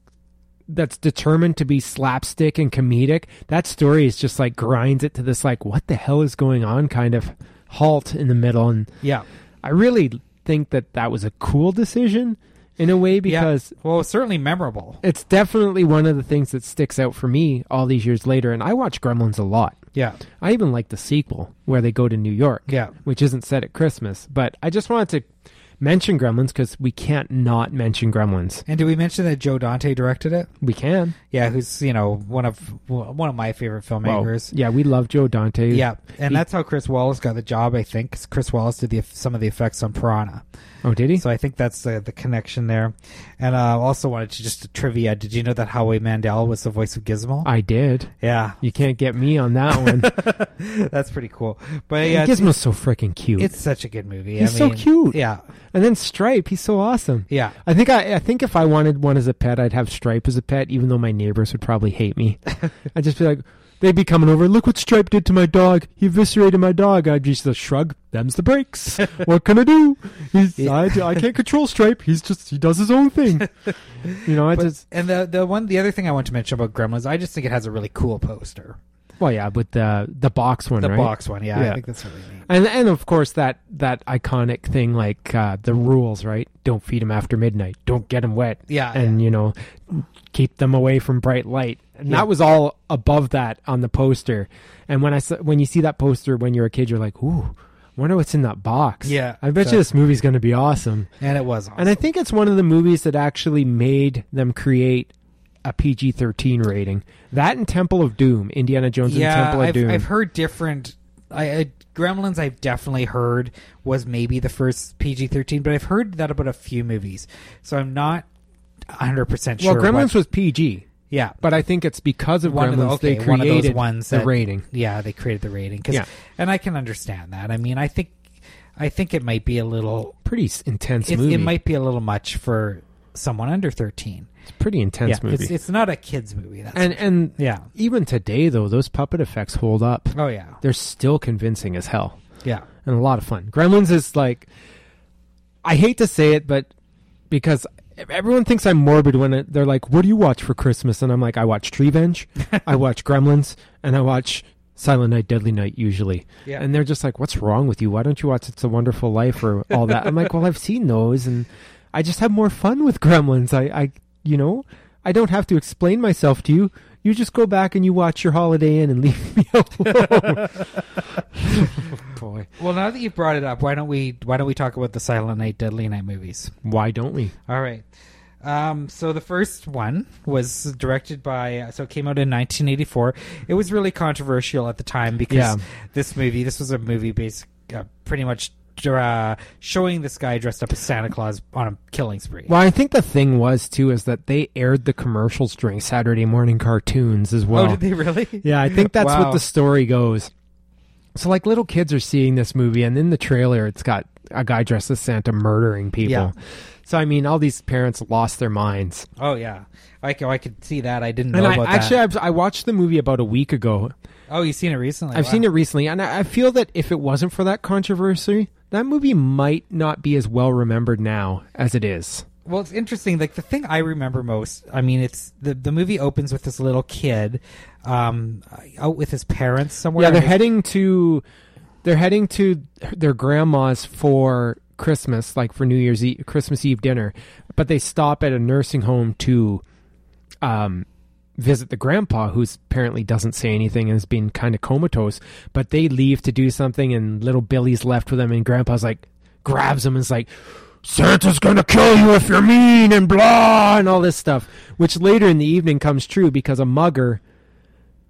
that's determined to be slapstick and comedic, that story is just like grinds it to this like what the hell is going on kind of halt in the middle and
yeah,
I really think that that was a cool decision in a way
Yeah.
because
well, it was certainly memorable.
it's definitely one of the things that sticks out for me all these years later. And I watch Gremlins a lot.
Yeah,
I even like the sequel where they go to New York,
yeah,
which isn't set at Christmas. But I just wanted to mention Gremlins because we can't not mention Gremlins.
and did we mention that Joe Dante directed it?
We can.
Yeah, who's you know one of one of my favorite
Well,
filmmakers.
yeah, we love Joe Dante.
Yeah, and
He-
that's how Chris Wallace got the job, I think. 'cause Chris Wallace did the some of the effects on Piranha.
Oh, did he?
So I think that's the, the connection there. And I uh, also wanted to just trivia. Did you know that Howie Mandel was the voice of Gizmo?
I did.
yeah,
You can't get me on that one.
that's pretty cool. But yeah, it's,
Gizmo's so freaking cute.
it's such a good movie.
He's
I
so
mean,
cute.
Yeah,
and then Stripe, he's so awesome.
yeah.
I think I, I think if I wanted one as a pet, I'd have Stripe as a pet, even though my neighbors would probably hate me. I'd just be like, they'd be coming over. Look what Stripe did to my dog. He eviscerated my dog. I'd just like, shrug. Them's the breaks. what can I do? He's,
Yeah.
I, I can't control Stripe. He's just he does his own thing. You know, I
But-
just
and the the one the other thing I want to mention about Gremlins, I just think it has a really cool poster.
well, yeah, with the the box one,
The
right?
box one, yeah,
Yeah.
I think that's really neat.
And and of course that that iconic thing like uh, the rules, right? Don't feed him after midnight. Don't get him wet.
Ah, Yeah,
and you know keep them away from bright light and
Yeah.
that was all above that on the poster and when i s- when you see that poster when you're a kid you're like ooh wonder what's in that box
Yeah,
i bet
so-
you this movie's going to be awesome
yeah. and it was. Awesome.
and i think it's one of the movies that actually made them create a pg-13 rating that and temple of doom indiana jones and temple of
I've,
doom
I've heard different. I, I Gremlins, I've definitely heard was maybe the first PG thirteen, but I've heard that about a few movies, so I'm not 100 percent
well
sure.
gremlins
what-
was pg
Yeah.
But I think it's because of
One of the-
Gremlins
okay,
they
one of those
created
ones
the
that-
rating.
Yeah, they created the rating 'Cause-
Yeah.
and I can understand that. I mean, I think I think it might be a little
Pretty s- intense
it,
movie.
it might be a little much for someone under 13.
It's a pretty intense
yeah,
movie.
it's it's not a kids movie. That's
and and
yeah.
even today though, those puppet effects hold up.
Oh yeah.
They're still convincing as hell.
Yeah.
and a lot of fun. Gremlins is like, I hate to say it, but because everyone thinks I'm morbid when it, they're like, "What do you watch for Christmas?" and I'm like, "I watch Treevenge, I watch Gremlins, and I watch Silent Night, Deadly Night." Usually,
Yeah.
and they're just like, "What's wrong with you? Why don't you watch It's a Wonderful Life or all that?" I'm like, "Well, I've seen those, and I just have more fun with Gremlins. I, I, you know, I don't have to explain myself to you." You just go back and you watch your Holiday Inn and leave me alone. Boy,
Well, now that you've brought it up, why don't we why don't we talk about the Silent Night, Deadly Night movies?
why don't we?
All right. Um, so the first one was directed by uh, so it came out in 1984. It was really controversial at the time because
Yeah.
this movie this was a movie based uh, pretty much uh, showing this guy dressed up as Santa Claus on a killing spree.
Well, I think the thing was too is that they aired the commercials during Saturday morning cartoons as well.
oh, did they really?
Yeah, I think that's
Wow.
what the story goes. So like little kids are seeing this movie and in the trailer it's got a guy dressed as Santa murdering people.
Yeah.
So I mean all these parents lost their minds.
Oh yeah. I could, I could see that. I didn't know
And I,
about
actually
that.
I've, I watched the movie about a week ago.
oh, you've seen it recently.
I've
Wow.
seen it recently and I, I feel that if it wasn't for that controversy, that movie might not be as well remembered now as it is.
Well, it's interesting. Like the thing I remember most, I mean, it's the the movie opens with this little kid um, out with his parents somewhere.
yeah, they're
And his-
heading to they're heading to their grandma's for Christmas, like for New Year's Eve, Christmas Eve dinner, but they stop at a nursing home to um visit the grandpa who's apparently doesn't say anything and has been kind of comatose but they leave to do something and little billy's left with him and grandpa's like grabs him and is like santa's gonna kill you if you're mean and blah and all this stuff which later in the evening comes true because a mugger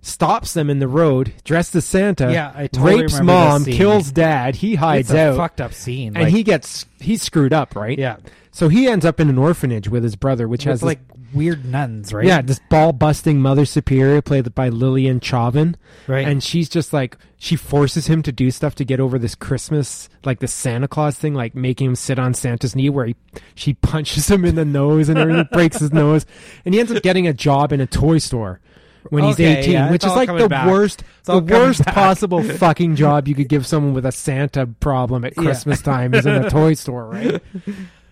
stops them in the road, dressed as Santa.
Yeah, I totally
rapes
remember
mom,
this scene.
kills dad. He hides
it's a
out,
fucked up scene.
and
like,
he gets he's screwed up, right?
yeah,
So he ends up in an orphanage with his brother, which has
it's
this-
like weird nuns, right?
yeah, this ball busting Mother Superior played by Lillian Chauvin,
right.
and she's just like she forces him to do stuff to get over this Christmas, like the Santa Claus thing, like making him sit on Santa's knee, where he she punches him in the nose and everything breaks his nose, and he ends up getting a job in a toy store. When he's
Okay,
18,
yeah, it's
which is
all
like
coming
the
back.
worst,
It's
the
all coming
worst
back.
possible fucking job you could give someone with a Santa problem at
Yeah.
Christmas time is in a toy store, right?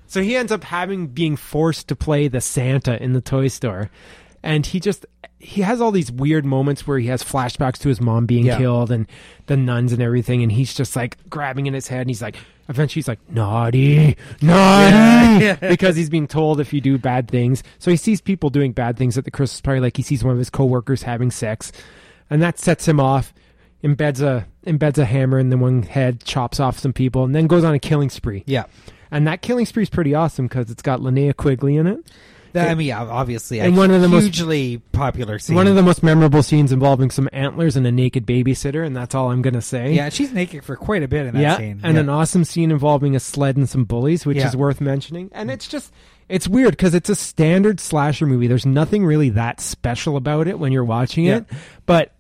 So he ends up having being forced to play the Santa in the toy store. And he just he has all these weird moments where he has flashbacks to his mom being
Yeah.
killed and the nuns and everything and he's just like grabbing in his head and he's like eventually he's like naughty naughty
Yeah.
because he's being told if you do bad things. So he sees people doing bad things at the Christmas party like he sees one of his coworkers having sex and that sets him off embeds a embeds a hammer in the one head chops off some people and then goes on a killing spree.
yeah.
And that killing spree is pretty awesome because it's got Linnea Quigley in it.
That, I mean, yeah, obviously,
And
a
one of the most-
hugely popular scene.
One of the most memorable scenes involving some antlers and a naked babysitter, and that's all I'm going to say.
yeah, she's naked for quite a bit in that
yeah.
scene.
And
yeah.
an awesome scene involving a sled and some bullies, which
Yeah.
is worth mentioning. And it's just, it's weird because it's a standard slasher movie. There's nothing really that special about it when you're watching
Yeah.
it, but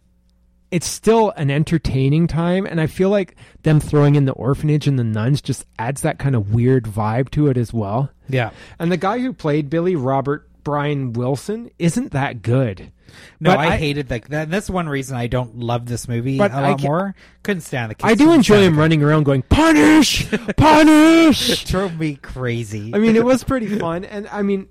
it's still an entertaining time. And I feel like them throwing in the orphanage and the nuns just adds that kind of weird vibe to it as well.
yeah,
And the guy who played Billy Robert Brian Wilson isn't that good.
no,
But
I,
I-
hated like that. That's one reason I don't love this movie
But
a
I
lot
ca-
more. Couldn't stand the. Kids
I do enjoy him running around going, Punish! Punish!
It drove me crazy.
I mean, it was pretty fun. And I mean,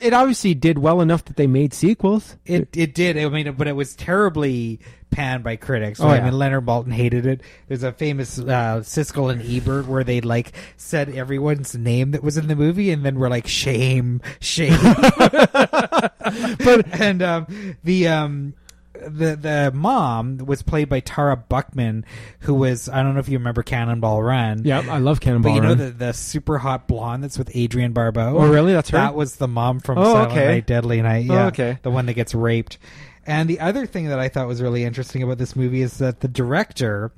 it obviously did well enough that they made sequels.
It it did. I mean, but it was terribly panned by critics.
Oh,
I
yeah.
mean, Leonard Maltin hated it. There's a famous uh, Siskel and Ebert where they like said everyone's name that was in the movie, and then were like, "Shame, shame." but and um, the um. The the mom was played by Tara Buckman, who was I don't know if you remember Cannonball Run.
Yeah, I love
but
Cannonball
you know
Run.
the the super hot blonde that's with Adrian Barbeau.
Oh, really? That's her?
That was the mom from
Oh,
Silent
okay.
Night, Deadly Night.
Oh,
Yeah,
okay.
the one that gets raped. And the other thing that I thought was really interesting about this movie is that the director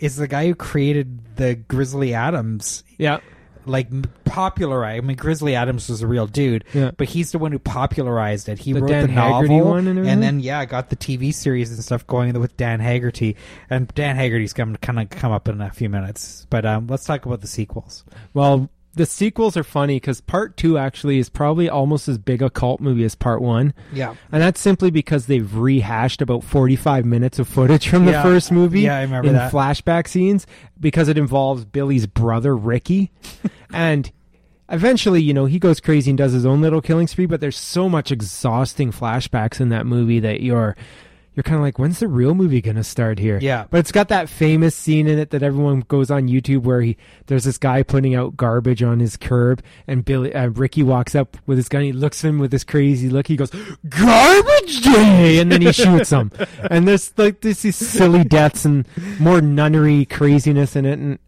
is the guy who created the Grizzly Adams
yeah.
like popularized. I mean, Grizzly Adams was a real dude,
Yeah.
but he's the one who popularized it. He
The
wrote
Dan
the
Haggerty
novel,
one and everything?
and then yeah, got the TV series and stuff going with Dan Haggerty. And Dan Haggerty's going to kind of come up in a few minutes. But um, let's talk about the sequels.
Well, the sequels are funny because part two actually is probably almost as big a cult movie as part one.
Yeah,
And that's simply because they've rehashed about 45 minutes of footage from the
Yeah.
first movie
Yeah, I remember
in
that.
flashback scenes because it involves Billy's brother, Ricky. and eventually, you know, he goes crazy and does his own little killing spree, but there's so much exhausting flashbacks in that movie that you're. You're kind of like, when's the real movie gonna start here?
Yeah.
but it's got that famous scene in it that everyone goes on YouTube where he there's this guy putting out garbage on his curb, and Billy uh, Ricky walks up with his gun. He looks at him with this crazy look. He goes, "Garbage day!" and then he shoots him. And there's like this these silly deaths and more nunnery craziness in it. And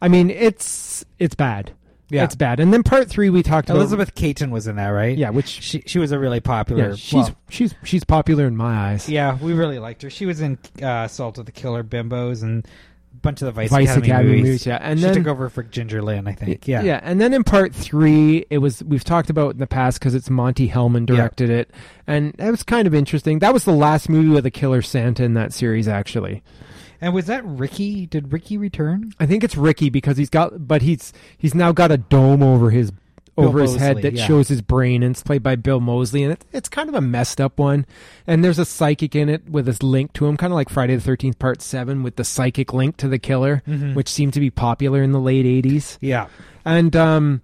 I mean, it's it's bad.
Yeah.
it's bad. And then part three we talked about
Elizabeth Caton was in that, right?
Yeah, which
she she was a really popular.
yeah, she's
well,
she's she's popular in my eyes.
yeah, we really liked her. She was in uh, Salt of the Killer Bimbos and a bunch of the Vice,
Vice
Academy,
Academy
movies.
movies, yeah. And
she
then-
took over for Ginger Lynn, I think. Yeah,
Yeah. And then in part three, it was, we've talked about in the past because it's Monty Hellman directed it. And that was kind of interesting. That was the last movie with a killer Santa in that series, actually.
And was that Ricky? Did Ricky return?
I think it's Ricky because he's got, but he's, he's now got a dome over his,
Bill
over his head
Moseley,
that
yeah.
shows his brain and it's played by Bill Moseley. And it, it's kind of a messed up one. And there's a psychic in it with this link to him, kind of like Friday the 13th part seven with the psychic link to the killer,
Mm.
which seemed to be popular in the late 80s.
Yeah.
And um,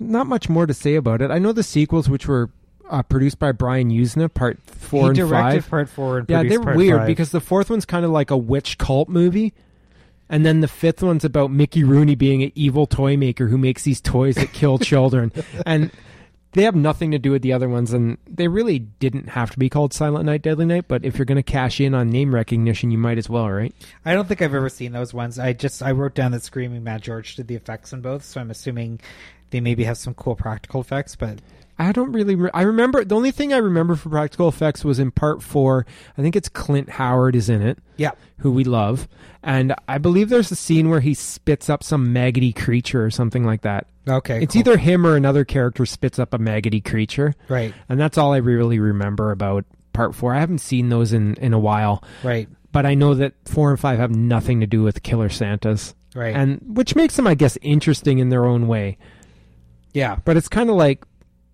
not much more to say about it. I know the sequels, which were uh, produced by Brian Usna, part four
he
and
directed
five.
part four and
yeah,
produced
they're
part
weird
five.
because the fourth one's kind of like a witch cult movie. And then the fifth one's about Mickey Rooney being an evil toy maker who makes these toys that kill children. And they have nothing to do with the other ones. And they really didn't have to be called Silent Night, Deadly Night. But if you're going to cash in on name recognition, you might as well, right?
I don't think I've ever seen those ones. I just I wrote down that Screaming Mad George did the effects in both, so I'm assuming they maybe have some cool practical effects. But
I don't really. Re- I remember the only thing I remember for practical effects was in part four. I think it's Clint Howard is in it,
yeah,
who we love, and I believe there's a scene where he spits up some maggoty creature or something like that.
okay,
It's
cool.
either him or another character spits up a maggoty creature,
right,
and that's all I really remember about part four. I haven't seen those in in a while,
right,
but I know that four and five have nothing to do with Killer Santas,
right,
and which makes them, I guess, interesting in their own way
yeah,
but it's kind of like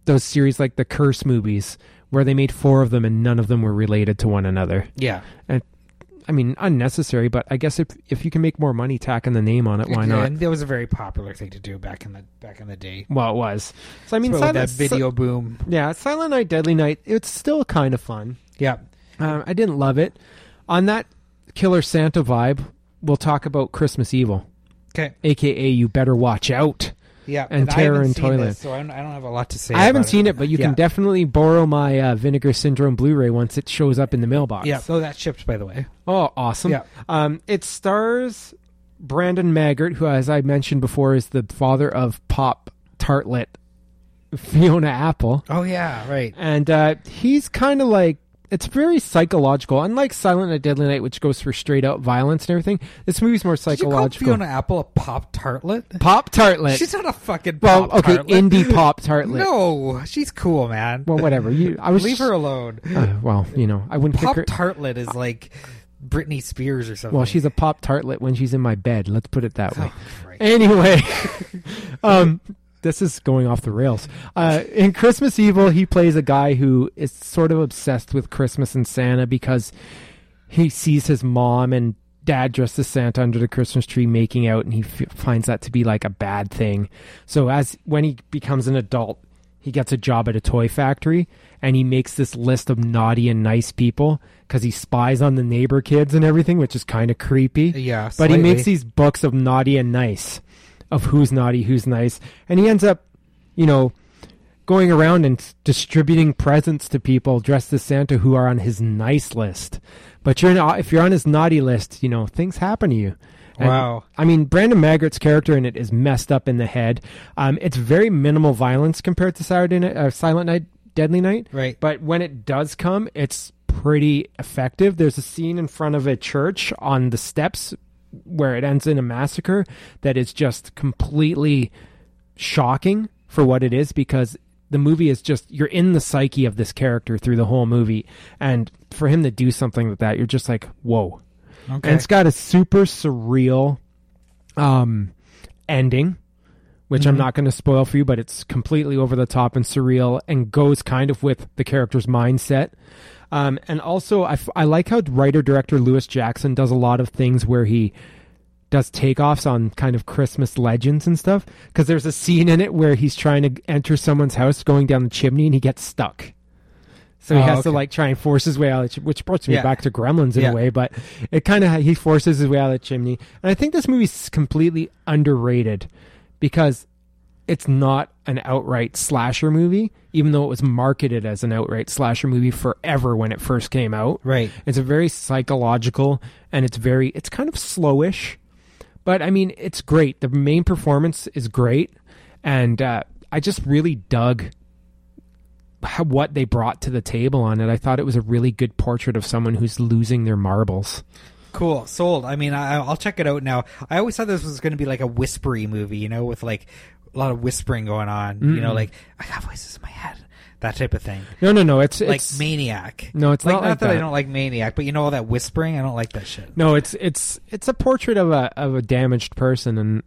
those series like the curse movies where they made four of them and none of them were related to one another
yeah.
i mean unnecessary but i guess if if you can make more money tacking the name on it why
Yeah,
not
and that was a very popular thing to do back in the back in the day.
well it was so i mean
Sort of
silent,
that
Si-
video boom.
yeah silent night deadly night it's still kind of fun
Yeah,
um, i didn't love it on that killer santa vibe we'll talk about christmas evil
okay,
aka you better watch out
yeah.
And
I
Terror
haven't
in
seen
Toyland.
this, so I don't, I don't have a lot to say.
i haven't
about
seen it but you can
Yeah.
definitely borrow my uh, vinegar syndrome blu-ray once it shows up in the mailbox
Yeah, so that shipped by the way.
Oh, awesome.
Yeah.
Um, it stars Brandon Maggart, who, as I mentioned before, is the father of Pop Tartlet, Fiona Apple.
Oh yeah, right.
And uh, he's kind of like, it's very psychological. Unlike Silent Night, Deadly Night, which goes for straight out violence and everything, this movie's more
Did you call
psychological.
Fiona Apple a pop tartlet?
Pop Tartlet.
She's not a fucking
well,
pop
okay,
tartlet.
indie Pop Tartlet.
No, she's cool, man.
Well, whatever. You, I was
Leave her alone.
Uh, well, you know, I wouldn't
Pop
pick her.
Tartlet is like Britney Spears or something.
well, she's a Pop Tartlet when she's in my bed. Let's put it that way.
Oh, right.
Anyway, um, this is going off the rails. Uh, in Christmas Evil, he plays a guy who is sort of obsessed with Christmas and Santa because he sees his mom and dad dressed as Santa under the Christmas tree making out, and he f- finds that to be like a bad thing. So, as when he becomes an adult, he gets a job at a toy factory and he makes this list of naughty and nice people because he spies on the neighbor kids and everything, which is kind of creepy.
Yeah,
But he makes
slightly.
these books of naughty and nice, of who's naughty, who's nice, and he ends up, you know, going around and s- distributing presents to people dressed as Santa who are on his nice list. But you're not, if you're on his naughty list, you know things happen to you. And,
Wow.
I mean, Brandon Maggart's character in it is messed up in the head. Um, it's very minimal violence compared to Saturday Night, uh, Silent Night, Deadly Night.
Right.
But when it does come, it's pretty effective. There's a scene in front of a church on the steps where it ends in a massacre that is just completely shocking for what it is because the movie is just you're in the psyche of this character through the whole movie and for him to do something like that you're just like whoa
Okay.
and it's got a super surreal um, ending, which
Mm-hmm.
I'm not going to spoil for you, but it's completely over the top and surreal and goes kind of with the character's mindset. Um, and also, I, f- I like how writer director Lewis Jackson does a lot of things where he does takeoffs on kind of Christmas legends and stuff. Because there's a scene in it where he's trying to enter someone's house going down the chimney and he gets stuck. So he
Oh,
has to
okay.
like try and force his way out, which- which brought me
Yeah.
back to Gremlins in
Yeah.
a way, but it kind of he forces his way out of the chimney. And I think this movie's completely underrated because it's not an outright slasher movie, even though it was marketed as an outright slasher movie forever when it first came out.
Right.
It's a very psychological and it's very it's kind of slowish, but I mean it's great. The main performance is great, and uh, I just really dug how, what they brought to the table on it. I thought it was a really good portrait of someone who's losing their marbles.
Cool. Sold. I mean, I, I'll check it out now. I always thought this was going to be like a whispery movie, you know, with like a lot of whispering going on. You know, like I got voices in my head, that type of thing.
No, no, no. It's
Like
it's
Maniac.
No, it's
like,
not
not
like
that, I
that.
don't like Maniac, but you know all that whispering. I don't like that shit.
no, it's it's it's a portrait of a of a damaged person, and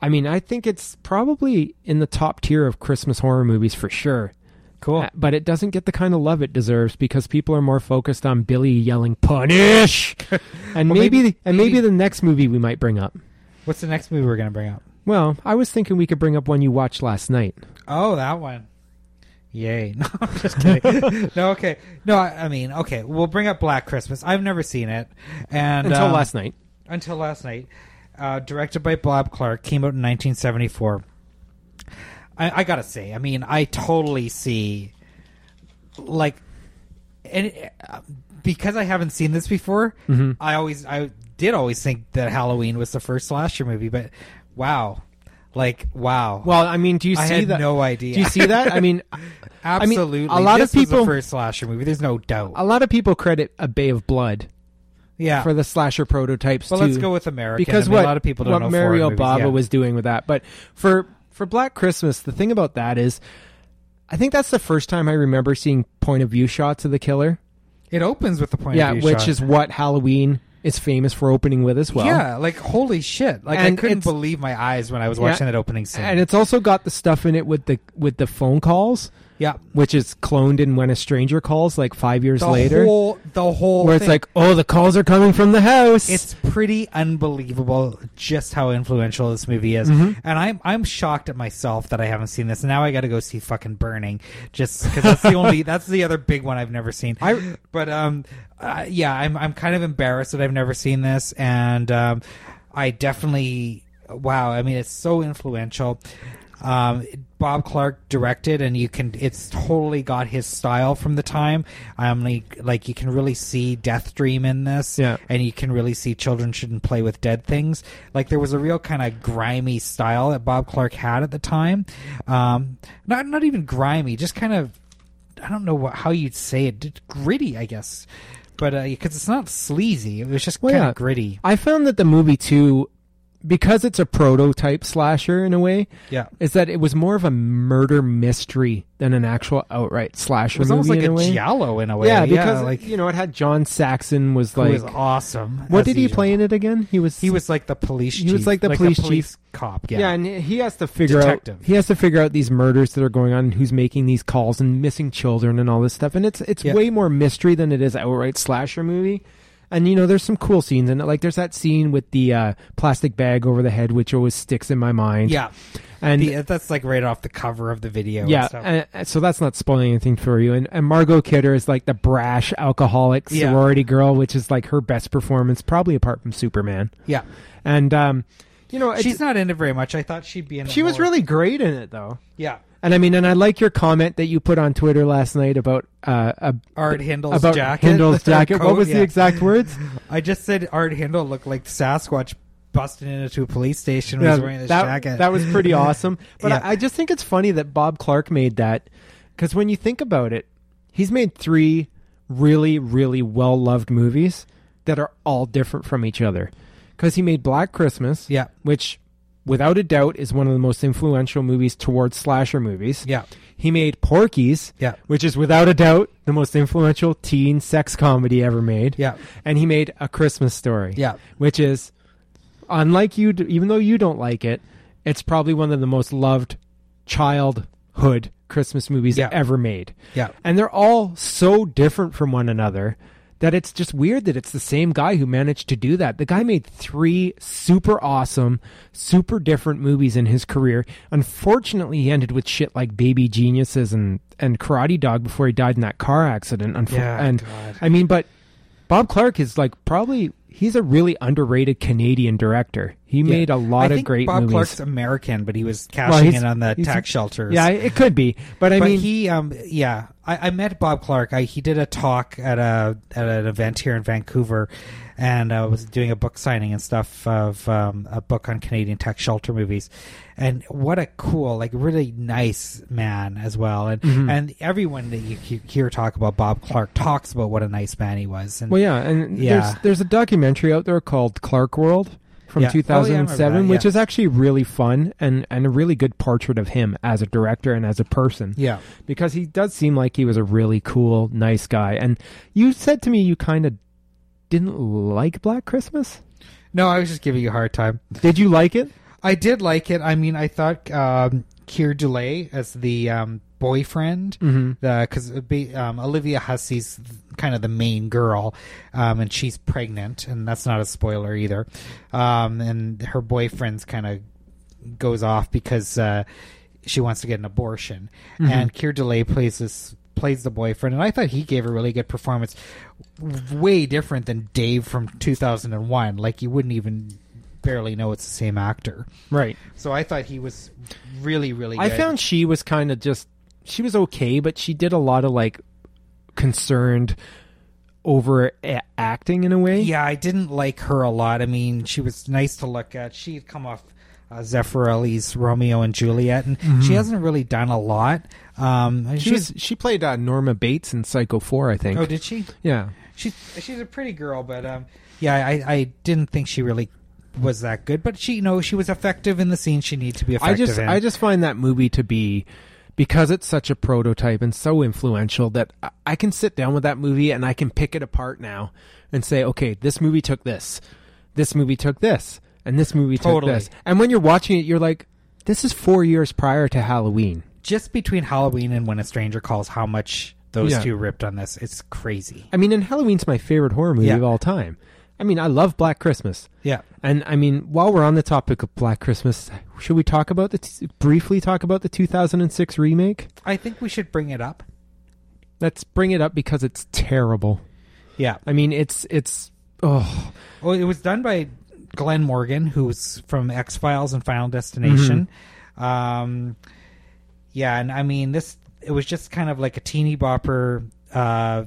I mean, I think it's probably in the top tier of Christmas horror movies for sure.
Cool.
Uh, But it doesn't get the kind of love it deserves because people are more focused on Billy yelling "punish," and
Well,
maybe,
maybe-
and maybe
maybe-
the next movie we might bring up.
What's the next movie we're going to bring up?
Well, I was thinking we could bring up one you watched last night.
Oh, that one. Yay. No, I'm just kidding. no, okay. No, I, I mean, okay. We'll bring up Black Christmas. I've never seen it. And
Until
um,
last night.
until last night, uh, directed by Bob Clark, came out in 1974. I, I gotta say, I mean, I totally see, like, and uh, because I haven't seen this before,
Mm-hmm.
I always, I did always think that Halloween was the first slasher movie, but wow, like, wow,
Well, I mean, do you
I
see
had
that?
no idea.
Do you see that? I mean, I mean,
absolutely,
a lot
This
of
was the
people,
first slasher movie. There's no doubt.
a lot of people credit A Bay of Blood
yeah,
for the slasher prototypes.
well,
too,
let's go with American
because
I mean,
what
a lot of people don't
what
know
Mario
foreign movies,
Bava
yeah.
was doing with that. But for for Black Christmas, the thing about that is, I think that's the first time I remember seeing point of view shots of the killer.
It opens with the point.
yeah,
of view
which
shot.
is what Halloween is famous for opening with as well.
yeah, like holy shit! Like
And
I couldn't
it's-
believe my eyes when I was
Yeah.
watching that opening scene.
and it's also got the stuff in it with the with the phone calls,
yeah,
which is cloned in when a stranger calls, like five years
the
later,
whole the whole
where it's
thing.
like, oh, the calls are coming from the house.
it's pretty unbelievable just how influential this movie is, and I'm I'm shocked at myself that I haven't seen this. Now I got to go see fucking Burning, just because that's the only that's the other big one I've never seen.
I-
but um, uh, yeah, I'm I'm kind of embarrassed that I've never seen this, and um, I definitely wow. I mean, it's so influential. Um, Bob Clark directed, and you can it's totally got his style from the time. Um, like, like you can really see Death Dream in this,
Yeah.
and you can really see children shouldn't play with dead things. Like there was a real kind of grimy style that Bob Clark had at the time. Um, not not even grimy, just kind of I don't know what, how you'd say it, just gritty, I guess. But because it's not sleazy, it was just
Well,
kind of
yeah.
gritty.
I found that the movie too, because it's a prototype slasher in a way,
Yeah, it
is that it was more of a murder mystery than an actual outright slasher
was
movie
almost like
in
a
a way.
giallo in a way.
yeah, because
like
you know it had John Saxon was
who
like.
was awesome.
what
as
did he
usual.
play in it again? He was
He was like the police.
He was
chief,
like the
a
police
cop.
yeah.
Yeah,
and he has to figure
Detective.
out he has to figure out these murders that are going on, and who's making these calls and missing children and all this stuff. And it's it's
Yeah.
way more mystery than it is outright slasher movie. And you know, there's some cool scenes in it. Like there's that scene with the uh, plastic bag over the head, which always sticks in my mind.
yeah.
and
The- that's like right off the cover of the video.
yeah,
and stuff.
and, and so that's not spoiling anything for you. And, and Margot Kidder is like the brash alcoholic
Yeah.
sorority girl, which is like her best performance, probably apart from Superman.
yeah.
And um, you know, it's,
She's not in it very much. I thought she'd be in. it
she was
more.
really great in it, though.
yeah.
And I mean, and I like your comment that you put on Twitter last night about uh, a,
Art Hindle's
about
jacket.
Hindle's jacket.
Coat,
what was
yeah.
the exact words?
I just said Art Hindle looked like Sasquatch busting into a police station when he was wearing this
that,
jacket.
that was pretty awesome. But
Yeah.
I, I just think it's funny that Bob Clark made that because when you think about it, he's made three really, really well loved movies that are all different from each other. Because he made Black Christmas,
Yeah.
which without a doubt, is one of the most influential movies towards slasher movies.
Yeah.
He made Porky's,
Yeah.
which is without a doubt the most influential teen sex comedy ever made.
Yeah.
And he made A Christmas Story.
Yeah.
Which is, unlike you, even though you don't like it, it's probably one of the most loved childhood Christmas movies
Yeah.
ever made.
Yeah.
And they're all so different from one another that it's just weird that it's the same guy who managed to do that. The guy made three super awesome, super different movies in his career. Unfortunately, he ended with shit like Baby Geniuses and, and Karate Dog before he died in that car accident. Unfor-
Yeah,
and
God.
I mean, but Bob Clark is like probably he's a really underrated Canadian director. He made a lot
I
of
think
great
Bob
movies.
Clark's American, but he was cashing
he's-
in on the
he's-
tax shelters.
yeah, it could be, but I
but
mean,
he, um, yeah, I, I met Bob Clark. I, he did a talk at a at an event here in Vancouver, and uh, was doing a book signing and stuff of um, a book on Canadian tech shelter movies. And what a cool, like, really nice man as well. And and everyone that you he- hear talk about Bob Clark talks about what a nice man he was. And
Well, yeah, and
Yeah.
there's there's a documentary out there called Clark World from
Yeah. Oh, yeah, I remember
2007,
that,
which
yeah.
is actually really fun and and a really good portrait of him as a director and as a person.
yeah,
because he does seem like he was a really cool, nice guy. And you said to me you kind of didn't like Black Christmas.
no, I was just giving you a hard time.
Did you like it?
I did like it. I mean, I thought um, Keir Delay as the um, boyfriend,
Mm-hmm.
because um, Olivia Hussey's kind of the main girl, um, and she's pregnant, and that's not a spoiler either. Um, and her boyfriend's kind of goes off because uh, she wants to get an abortion,
Mm-hmm.
and Keir Delay plays this plays the boyfriend, and I thought he gave a really good performance, way different than Dave from two thousand and one. Like you wouldn't even barely know it's the same actor.
Right.
So I thought he was really, really.
I
good.
found she was kind of just she was okay, but she did a lot of like concerned over acting in a way.
Yeah, I didn't like her a lot. I mean, she was nice to look at. She had come off uh, Zeffirelli's Romeo and Juliet, and she hasn't really done a lot. Um, and
Mm-hmm. She
she's
was she played uh, Norma Bates in Psycho 4, I think.
oh, did she?
yeah.
She's she's a pretty girl, but um, yeah, I I didn't think she really was that good. But she, you know, she was effective in the scene she needed to
I
be effective
just
in.
I just find that movie to be because it's such a prototype and so influential that I- I can sit down with that movie and I can pick it apart now and say, okay, this movie took this, this movie took this, and this movie
Totally.
took this. And when you're watching it, you're like, this is four years prior to Halloween.
just between Halloween and When a Stranger Calls, how much those
Yeah.
two ripped on this? It's crazy.
I mean, and Halloween's my favorite horror movie
Yeah.
of all time. I mean, I love Black Christmas.
Yeah.
And I mean, while we're on the topic of Black Christmas, should we talk about the t- briefly talk about the 2006 remake?
I think we should bring it up.
Let's bring it up because it's terrible.
Yeah.
I mean, it's it's oh
Well, it was done by Glenn Morgan, who's from X Files and Final Destination.
Mm-hmm.
Um, yeah, and I mean this. It was just kind of like a teeny bopper uh,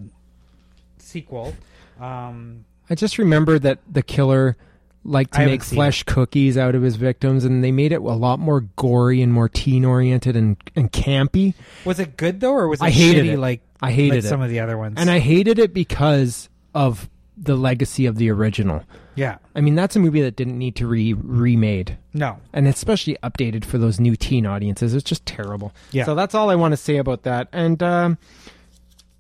sequel. Um,
I just remember that the killer liked
I
to
haven't
make
seen
flesh cookies out of his victims, and they made it a lot more gory and more teen oriented and and campy.
was it good though, or was it
I hated
shitty
it.
like
I hated
like
it.
some of the other ones?
and I hated it because of the legacy of the original.
yeah,
I mean, that's a movie that didn't need to be remade.
no,
and especially updated for those new teen audiences. It's just terrible.
Yeah.
So that's all I want to say about that. And um,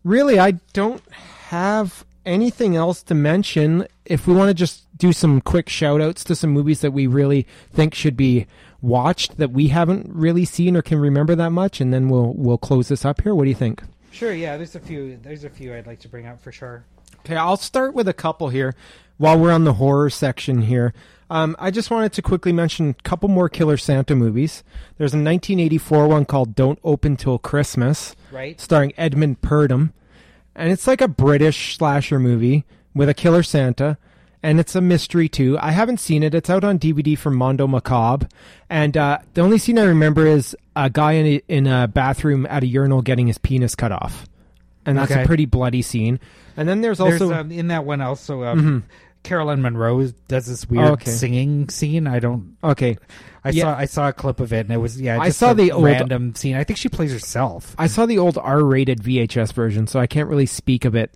really, I don't have anything else to mention. If we want to just do some quick shout outs to some movies that we really think should be watched that we haven't really seen or can remember that much, and then we'll we'll close this up here. What do you think?
sure, yeah. There's a few. There's a few I'd like to bring up for sure.
Okay, I'll start with a couple here while we're on the horror section here. Um, I just wanted to quickly mention a couple more Killer Santa movies. There's a 1984 one called Don't Open Till Christmas,
Right.
starring Edmund Purdom. And it's like a British slasher movie with a Killer Santa. And it's a mystery too. I haven't seen it. It's out on DVD from Mondo Macabre. And uh, the only scene I remember is a guy in a, in a bathroom at a urinal getting his penis cut off. And that's
Okay.
a pretty bloody scene. And then there's also Mm-hmm.
There's um, in that one also. Um, Carolyn Monroe does this weird
Oh, okay.
singing scene. I don't
Okay.
I
Yeah.
saw I saw a clip of it and it was yeah.
I
just
saw
a
the old-
random scene. I think she plays herself.
I saw the old R rated VHS version, so I can't really speak of it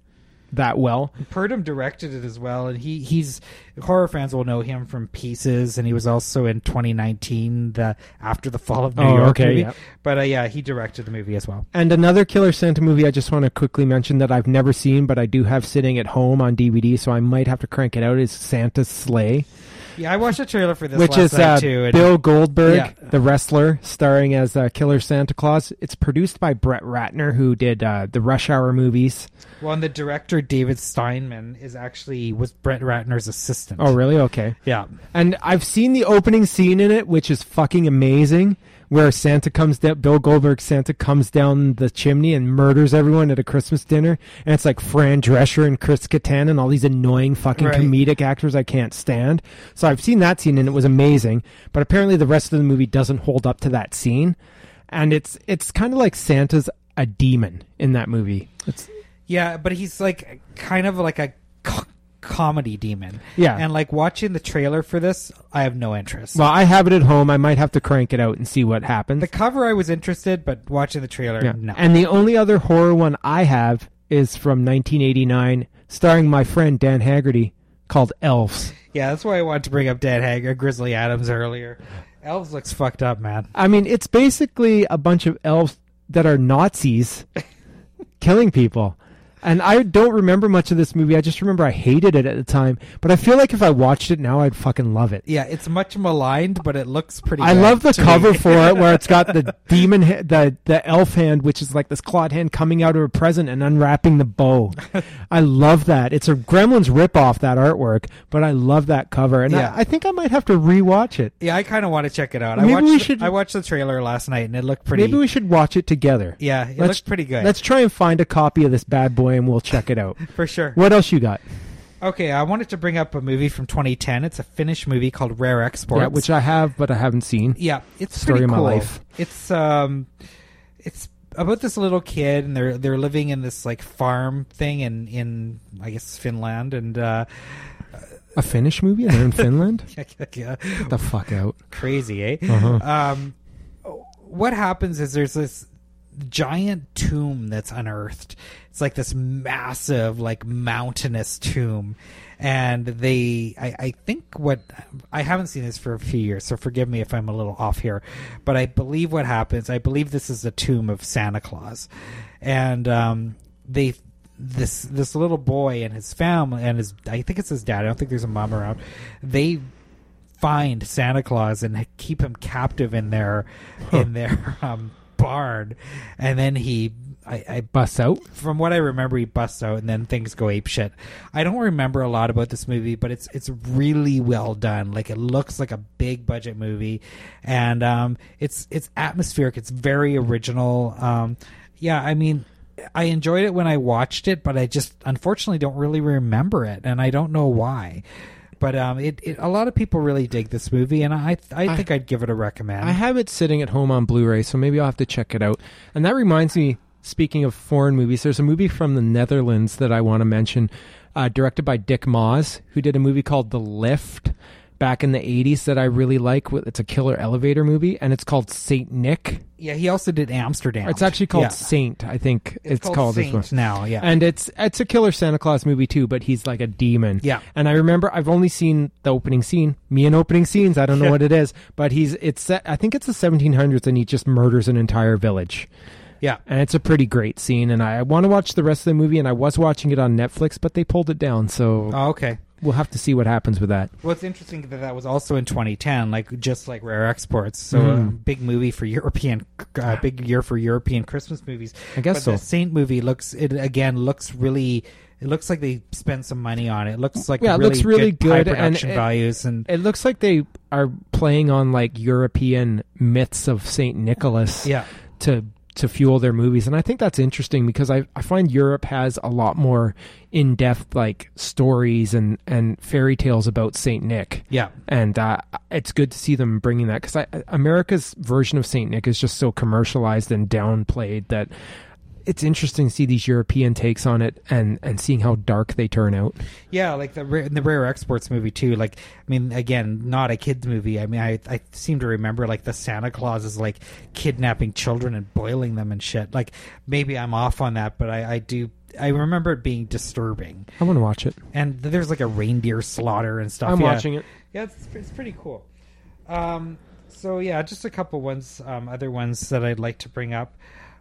that well.
Purdom directed it as well, and he he's horror fans will know him from Pieces, and he was also in 2019, the After the Fall of New
Oh,
York
okay,
movie.
yeah.
But uh, yeah, he directed the movie as well.
And another Killer Santa movie I just want to quickly mention that I've never seen, but I do have sitting at home on DVD, so I might have to crank it out. Is Santa's Sleigh,
Yeah, I watched a trailer for this
which is
last night
uh,
too. and-
Bill Goldberg,
Yeah.
the wrestler, starring as uh, Killer Santa Claus. It's produced by Brett Ratner, who did uh, the Rush Hour movies.
well, and the director David Steinman is actually was Brett Ratner's assistant.
Oh, really? Okay.
yeah,
And I've seen the opening scene in it, which is fucking amazing, where Santa comes down, Bill Goldberg Santa comes down the chimney and murders everyone at a Christmas dinner. And it's like Fran Drescher and Chris Kattan and all these annoying fucking
Right.
comedic actors I can't stand. So I've seen that scene and it was amazing. But apparently the rest of the movie doesn't hold up to that scene. And it's it's kind of like Santa's a demon in that movie. It's
yeah, but he's like kind of like a co- comedy demon.
Yeah.
and like watching the trailer for this, I have no interest.
well, I have it at home. I might have to crank it out and see what happens.
the cover I was interested, but watching the trailer,
Yeah.
no.
And the only other horror one I have is from 1989, starring my friend Dan Haggerty, called Elves.
Yeah, that's why I wanted to bring up Dan Hag or Grizzly Adams earlier. Elves looks fucked up, man.
I mean, it's basically a bunch of elves that are Nazis killing people. And I don't remember much of this movie. I just remember I hated it at the time. But I feel like if I watched it now, I'd fucking love it.
Yeah, it's much maligned, but it looks pretty.
I
good
love the
to me.
cover for it, where it's got the demon, ha- the the elf hand, which is like this clawed hand coming out of a present and unwrapping the bow. I love that. It's a Gremlins ripoff that artwork, but I love that cover, and
Yeah.
I, I think I might have to rewatch it.
Yeah, I kind of want to check it out. I
Maybe
watched
we
the,
should-
I watched the trailer last night, and it looked pretty.
Maybe we should watch it together.
Yeah, it
Let's-
looked pretty good
Let's try and find a copy of this bad boy, and we'll check it out.
for sure.
What else you got?
Okay, I wanted to bring up a movie from 2010. It's a Finnish movie called Rare Exports.
Yeah, which I have, but I haven't seen.
Yeah, it's
Story
pretty
of my
cool.
life.
It's um, it's about this little kid, and they're they're living in this like farm thing in in I guess Finland, and uh,
A Finnish movie? They're in Finland.
yeah,
Get the fuck out.
crazy, eh?
Uh-huh.
Um, what happens is there's this giant tomb that's unearthed. It's like this massive, like mountainous tomb, and they, I, I think what I haven't seen this for a few years, so forgive me if I'm a little off here, but I believe what happens. I believe this is the tomb of Santa Claus, and um, they this this little boy and his family and his I think it's his dad. I don't think there's a mom around. They find Santa Claus and keep him captive in their in their um, barn, and then he, I, I,
Bus out.
from what I remember, he busts out, and then things go ape shit. I don't remember a lot about this movie, but it's it's really well done. Like it looks like a big budget movie, and um, it's it's atmospheric. It's very original. Um, yeah, I mean. I enjoyed it when I watched it, but I just unfortunately don't really remember it, and I don't know why. But um, it, it a lot of people really dig this movie, and I I think I, would give it a recommend.
I have it sitting at home on Blu-ray, so maybe I'll have to check it out. And that reminds me, speaking of foreign movies, there's a movie from the Netherlands that I want to mention, uh, directed by Dick Maas, who did a movie called The Lift back in the 80s that I really like. With- It's a killer elevator movie, and it's called Saint Nick.
yeah, he also did Amsterdam.
It's actually called
Yeah.
Saint, I think it's, called, this
Saint
one.
now. Yeah,
And it's it's a killer Santa Claus movie too, but he's like a demon.
Yeah.
And I remember I've only seen the opening scene. Me and opening scenes. I don't know what it is, but he's it's set- I think it's the 1700s, and he just murders an entire village.
yeah.
And it's a pretty great scene, and I want to watch the rest of the movie. And I was watching it on Netflix, but they pulled it down, so
Oh, okay.
we'll have to see what happens with that.
Well, it's interesting that that was also in 2010, like just like Rare Exports. So
Mm-hmm.
a big movie for European, uh, big year for European Christmas movies.
I guess
but
so.
The Saint movie looks it again looks really. It looks like they spent some money on it. It looks like
Yeah, it
really
looks really
high
good, and
production
it-
values and
It looks like they are playing on like European myths of Saint Nicholas.
yeah.
to to fuel their movies and i think that's interesting because i i find europe has a lot more in-depth like stories and and fairy tales about saint nick
Yeah,
and uh, it's good to see them bringing that because america's version of saint nick is just so commercialized and downplayed that it's interesting to see these european takes on it and and seeing how dark they turn out
yeah, like the rare- the rare exports movie too. Like, I mean, again, not a kids movie. I mean, I I seem to remember like the Santa Claus is like kidnapping children and boiling them and shit. Like, maybe I'm off on that, but I I do I remember it being disturbing.
I want to watch it.
And th- there's like a reindeer slaughter and stuff.
I'm
Yeah.
watching it.
Yeah, it's, it's pretty cool. Um, so yeah, just a couple ones, um, other ones that I'd like to bring up.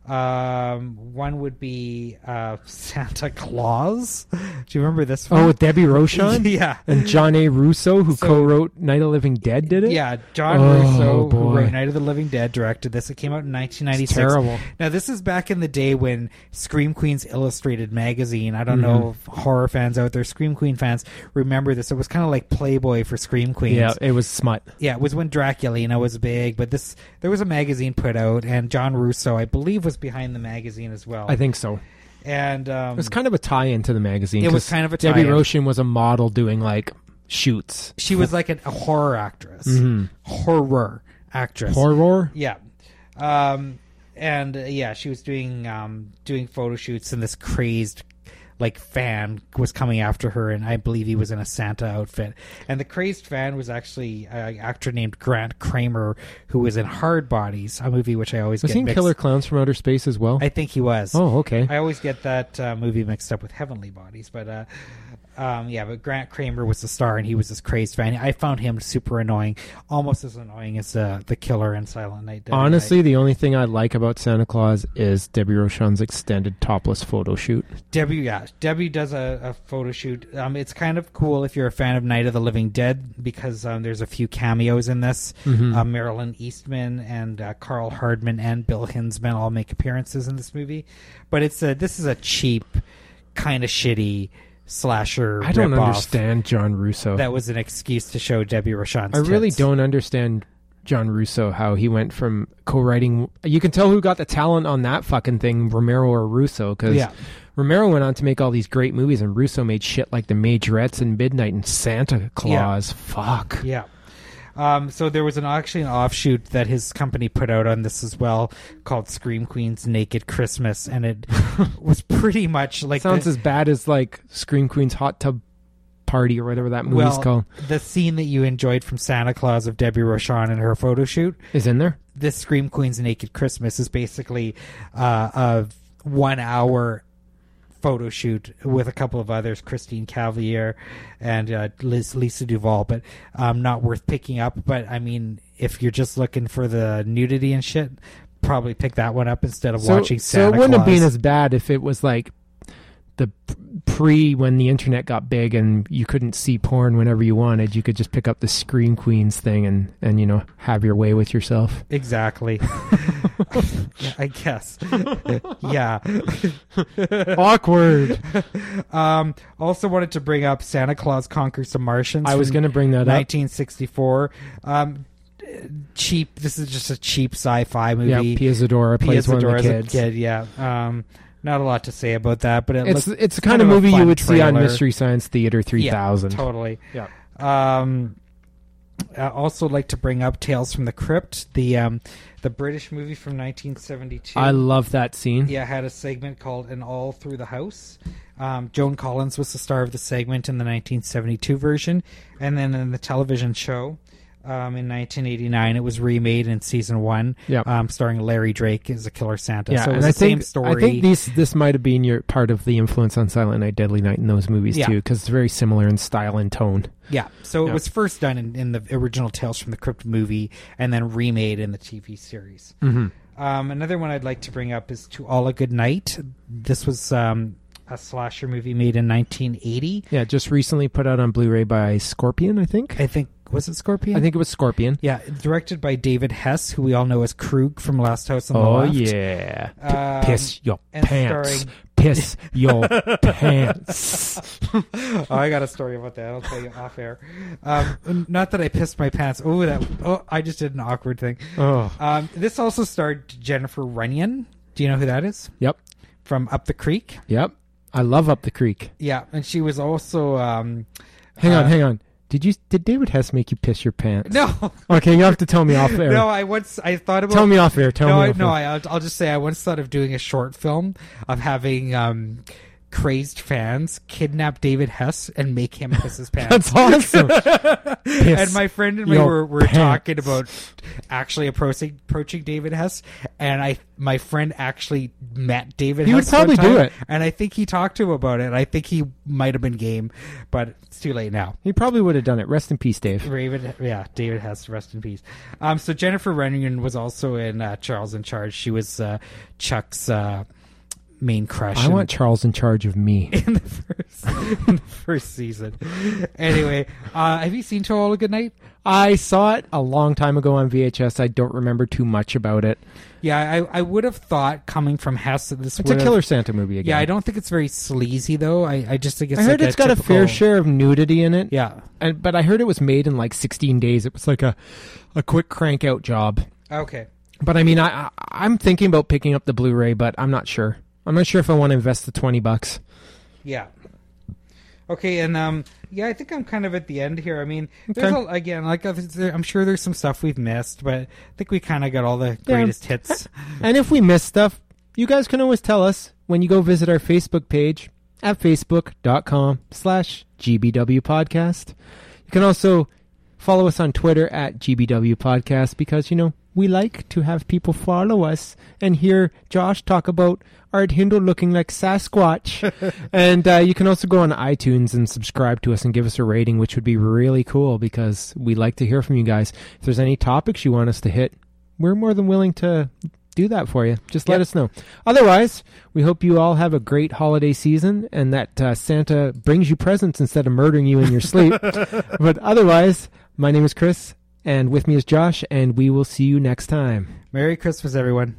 Um, one would be uh, Santa Claus. Do you remember this
Oh,
one?
with Debbie Rochon
yeah.
and John A. Russo, who
So-
co-wrote Night of the Living Dead, did it.
Yeah, John
Oh,
Russo, who
boy.
wrote Night of the Living Dead, directed this. It came out in
it's
1996.
terrible.
Now, this is back in the day when Scream Queens Illustrated magazine, I don't
Mm-hmm.
know if horror fans out there, Scream Queen fans, remember this. It was kind of like Playboy for Scream Queens.
Yeah, it was smut.
Yeah, it was when Draculina was big, but this there was a magazine put out, and John Russo, I believe, was behind the magazine as well.
I think so.
and um,
It was kind of a tie-in to the magazine.
It was
'cause
kind of a
Debbie
tie-in.
Rochon was a model doing like shoots,
she was like an, a horror actress, horror actress,
Mm-hmm. horror.
yeah, um, and uh, yeah, she was doing um, doing photo shoots, and this crazed like fan was coming after her, and I believe he was in a Santa outfit, and the crazed fan was actually an actor named Grant Kramer, who was in Hard Bodies, a movie which I always
Was
get
he in
mixed-
Killer Clowns from Outer Space as well?
I think he was.
oh, okay.
I always get that uh, movie mixed up with Heavenly Bodies, but uh, um, yeah, but Grant Kramer was the star, and he was this crazed fan. I found him super annoying, almost as annoying as uh, the killer in Silent Night. Deadly Night.
Honestly, the only thing I like about Santa Claus is Debbie Rochon's extended topless photo shoot.
Debbie, yeah, Debbie does a, a photo shoot. Um, it's kind of cool if you're a fan of Night of the Living Dead because um, there's a few cameos in this.
Mm-hmm.
Uh, Marilyn Eastman and uh, Carl Hardman and Bill Hinsman all make appearances in this movie, but it's a this is a cheap, kind of shitty slasher.
I don't
ripoff
understand John Russo.
That was an excuse to show Debbie Rochon's.
I really
tits.
don't understand John Russo how he went from co-writing. You can tell who got the talent on that fucking thing, Romero or Russo, because
Yeah.
Romero went on to make all these great movies, and Russo made shit like The Majorettes and Midnight and Santa Claus. Fuck.
Yeah. Um, so there was an actually an offshoot that his company put out on this as well, called Scream Queens Naked Christmas, and it was pretty much like
Sounds
the,
as bad as like Scream Queen's Hot Tub Party or whatever that movie's
well
called
the scene that you enjoyed from Santa Claus of Debbie Rochon and her photo shoot.
is in there.
This Scream Queens Naked Christmas is basically uh, a one hour photo shoot with a couple of others, Christine Cavalier and uh, Liz, Lisa Duval, but um, not worth picking up. But I mean, if you're just looking for the nudity and shit, probably pick that one up instead of watching
so it
Santa
wouldn't have
Claus.
been as bad if it was like the p- pre when the internet got big and you couldn't see porn whenever you wanted. You could just pick up the Scream Queens thing and and you know have your way with yourself.
exactly. I guess. yeah.
Awkward.
Um, also wanted to bring up Santa Claus Conquers the Martians.
I was
from
going to bring that up.
1964. Um, cheap. This is just a cheap sci-fi movie.
Yeah, Pia Zadora plays
Pia
one of
Zadora
the
as a
kids.
kid, yeah. Um, not a lot to say about that, but it
It's
looked
it's the
kind
kind,
of
of
a
movie
fun
you would see on
trailer.
Mystery Science Theater 3000.
totally.
Yeah.
Um, I also like to bring up Tales from the Crypt, the um, the British movie from 1972.
I love that scene.
yeah, had a segment called "An All Through the House." Um, Joan Collins was the star of the segment in the 1972 version, and then in the television show um, in 1989, it was remade in season one,
Yeah.
um, starring Larry Drake as a killer Santa.
Yeah,
so it
and
was
I
the same
think
story.
I think these this might have been your part of the influence on Silent Night, Deadly Night in those movies
Yeah.
too, because it's very similar in style and tone.
Yeah, so it
Yeah.
was first done in, in the original Tales from the Crypt movie, and then remade in the TV series.
Mm-hmm.
Um, another one I'd like to bring up is To All a Good Night. This was um, a slasher movie made in 1980.
Yeah, just recently put out on Blu-ray by Scorpion, I think.
I think was it Scorpion?
I think it was Scorpion.
Yeah, directed by David Hess, who we all know as Krug from Last House on the
Oh
Left.
yeah. P-
Um,
piss your
and
pants.
starring-
Piss your pants.
oh, I got a story about that. I'll tell you off air. Um, not that I pissed my pants. Oh, that. Oh, I just did an awkward thing.
Oh.
Um, this also starred Jennifer Runyon. Do you know who that is?
Yep.
From Up the Creek.
Yep. I love Up the Creek.
Yeah, and she was also um,
Hang on,
Uh,
hang on. Did you did David Hess make you piss your pants?
no,
Okay, you have to tell me off air.
no. I once I thought about
tell me off air. Tell
no,
me
I,
off
no.
air.
I, I'll I'll just say I once thought of doing a short film of having um, crazed fans kidnap David Hess and make him piss his pants.
That's awesome.
and my friend and me
your
were, were
pants.
talking about actually approaching approaching David Hess, and I my friend actually met David.
He would
Hess one
probably do
time,
it.
and I think he talked to him about it. and I think he might have been game, but it's too late now.
he probably would have done it. Rest in peace, Dave.
Raven, yeah, David Hess, rest in peace. Um, so Jennifer Runyon was also in uh, Charles in Charge. She was uh, Chuck's uh, main crush.
I
in-
want Charles in charge of me.
in the first in the first season. Anyway, uh, have you seen To All a Good Night?
I saw it a long time ago on VHS. I don't remember too much about it.
Yeah, I, I would have thought coming from Hess that this
It's
would
a
have-
Killer Santa movie again.
Yeah, I don't think it's very sleazy though. I, I just think it's.
I heard
like
it's got a fair
typical-
share of nudity in it.
Yeah.
And, but I heard it was made in like 16 days. It was like a, a quick crank out job.
Okay.
But I mean, I, I I'm thinking about picking up the Blu-ray, but I'm not sure. I'm not sure if I want to invest the 20 bucks.
Yeah. Okay, and um, yeah, I think I'm kind of at the end here. I mean, there's
Okay.
a, again, like I've- there- I'm sure there's some stuff we've missed, but I think we kind of got all the greatest hits.
And if we miss stuff, you guys can always tell us when you go visit our Facebook page at facebook.com slash GBW podcast. You can also follow us on Twitter at GBW podcast because, you know, we like to have people follow us and hear Josh talk about Art Hindle looking like Sasquatch. and uh, you can also go on iTunes and subscribe to us and give us a rating, which would be really cool because we like to hear from you guys. If there's any topics you want us to hit, we're more than willing to do that for you. Just let
Yep.
us know. Otherwise, we hope you all have a great holiday season and that uh, Santa brings you presents instead of murdering you in your sleep. but otherwise, my name is Chris, and with me is Josh, and we will see you next time.
Merry Christmas, everyone.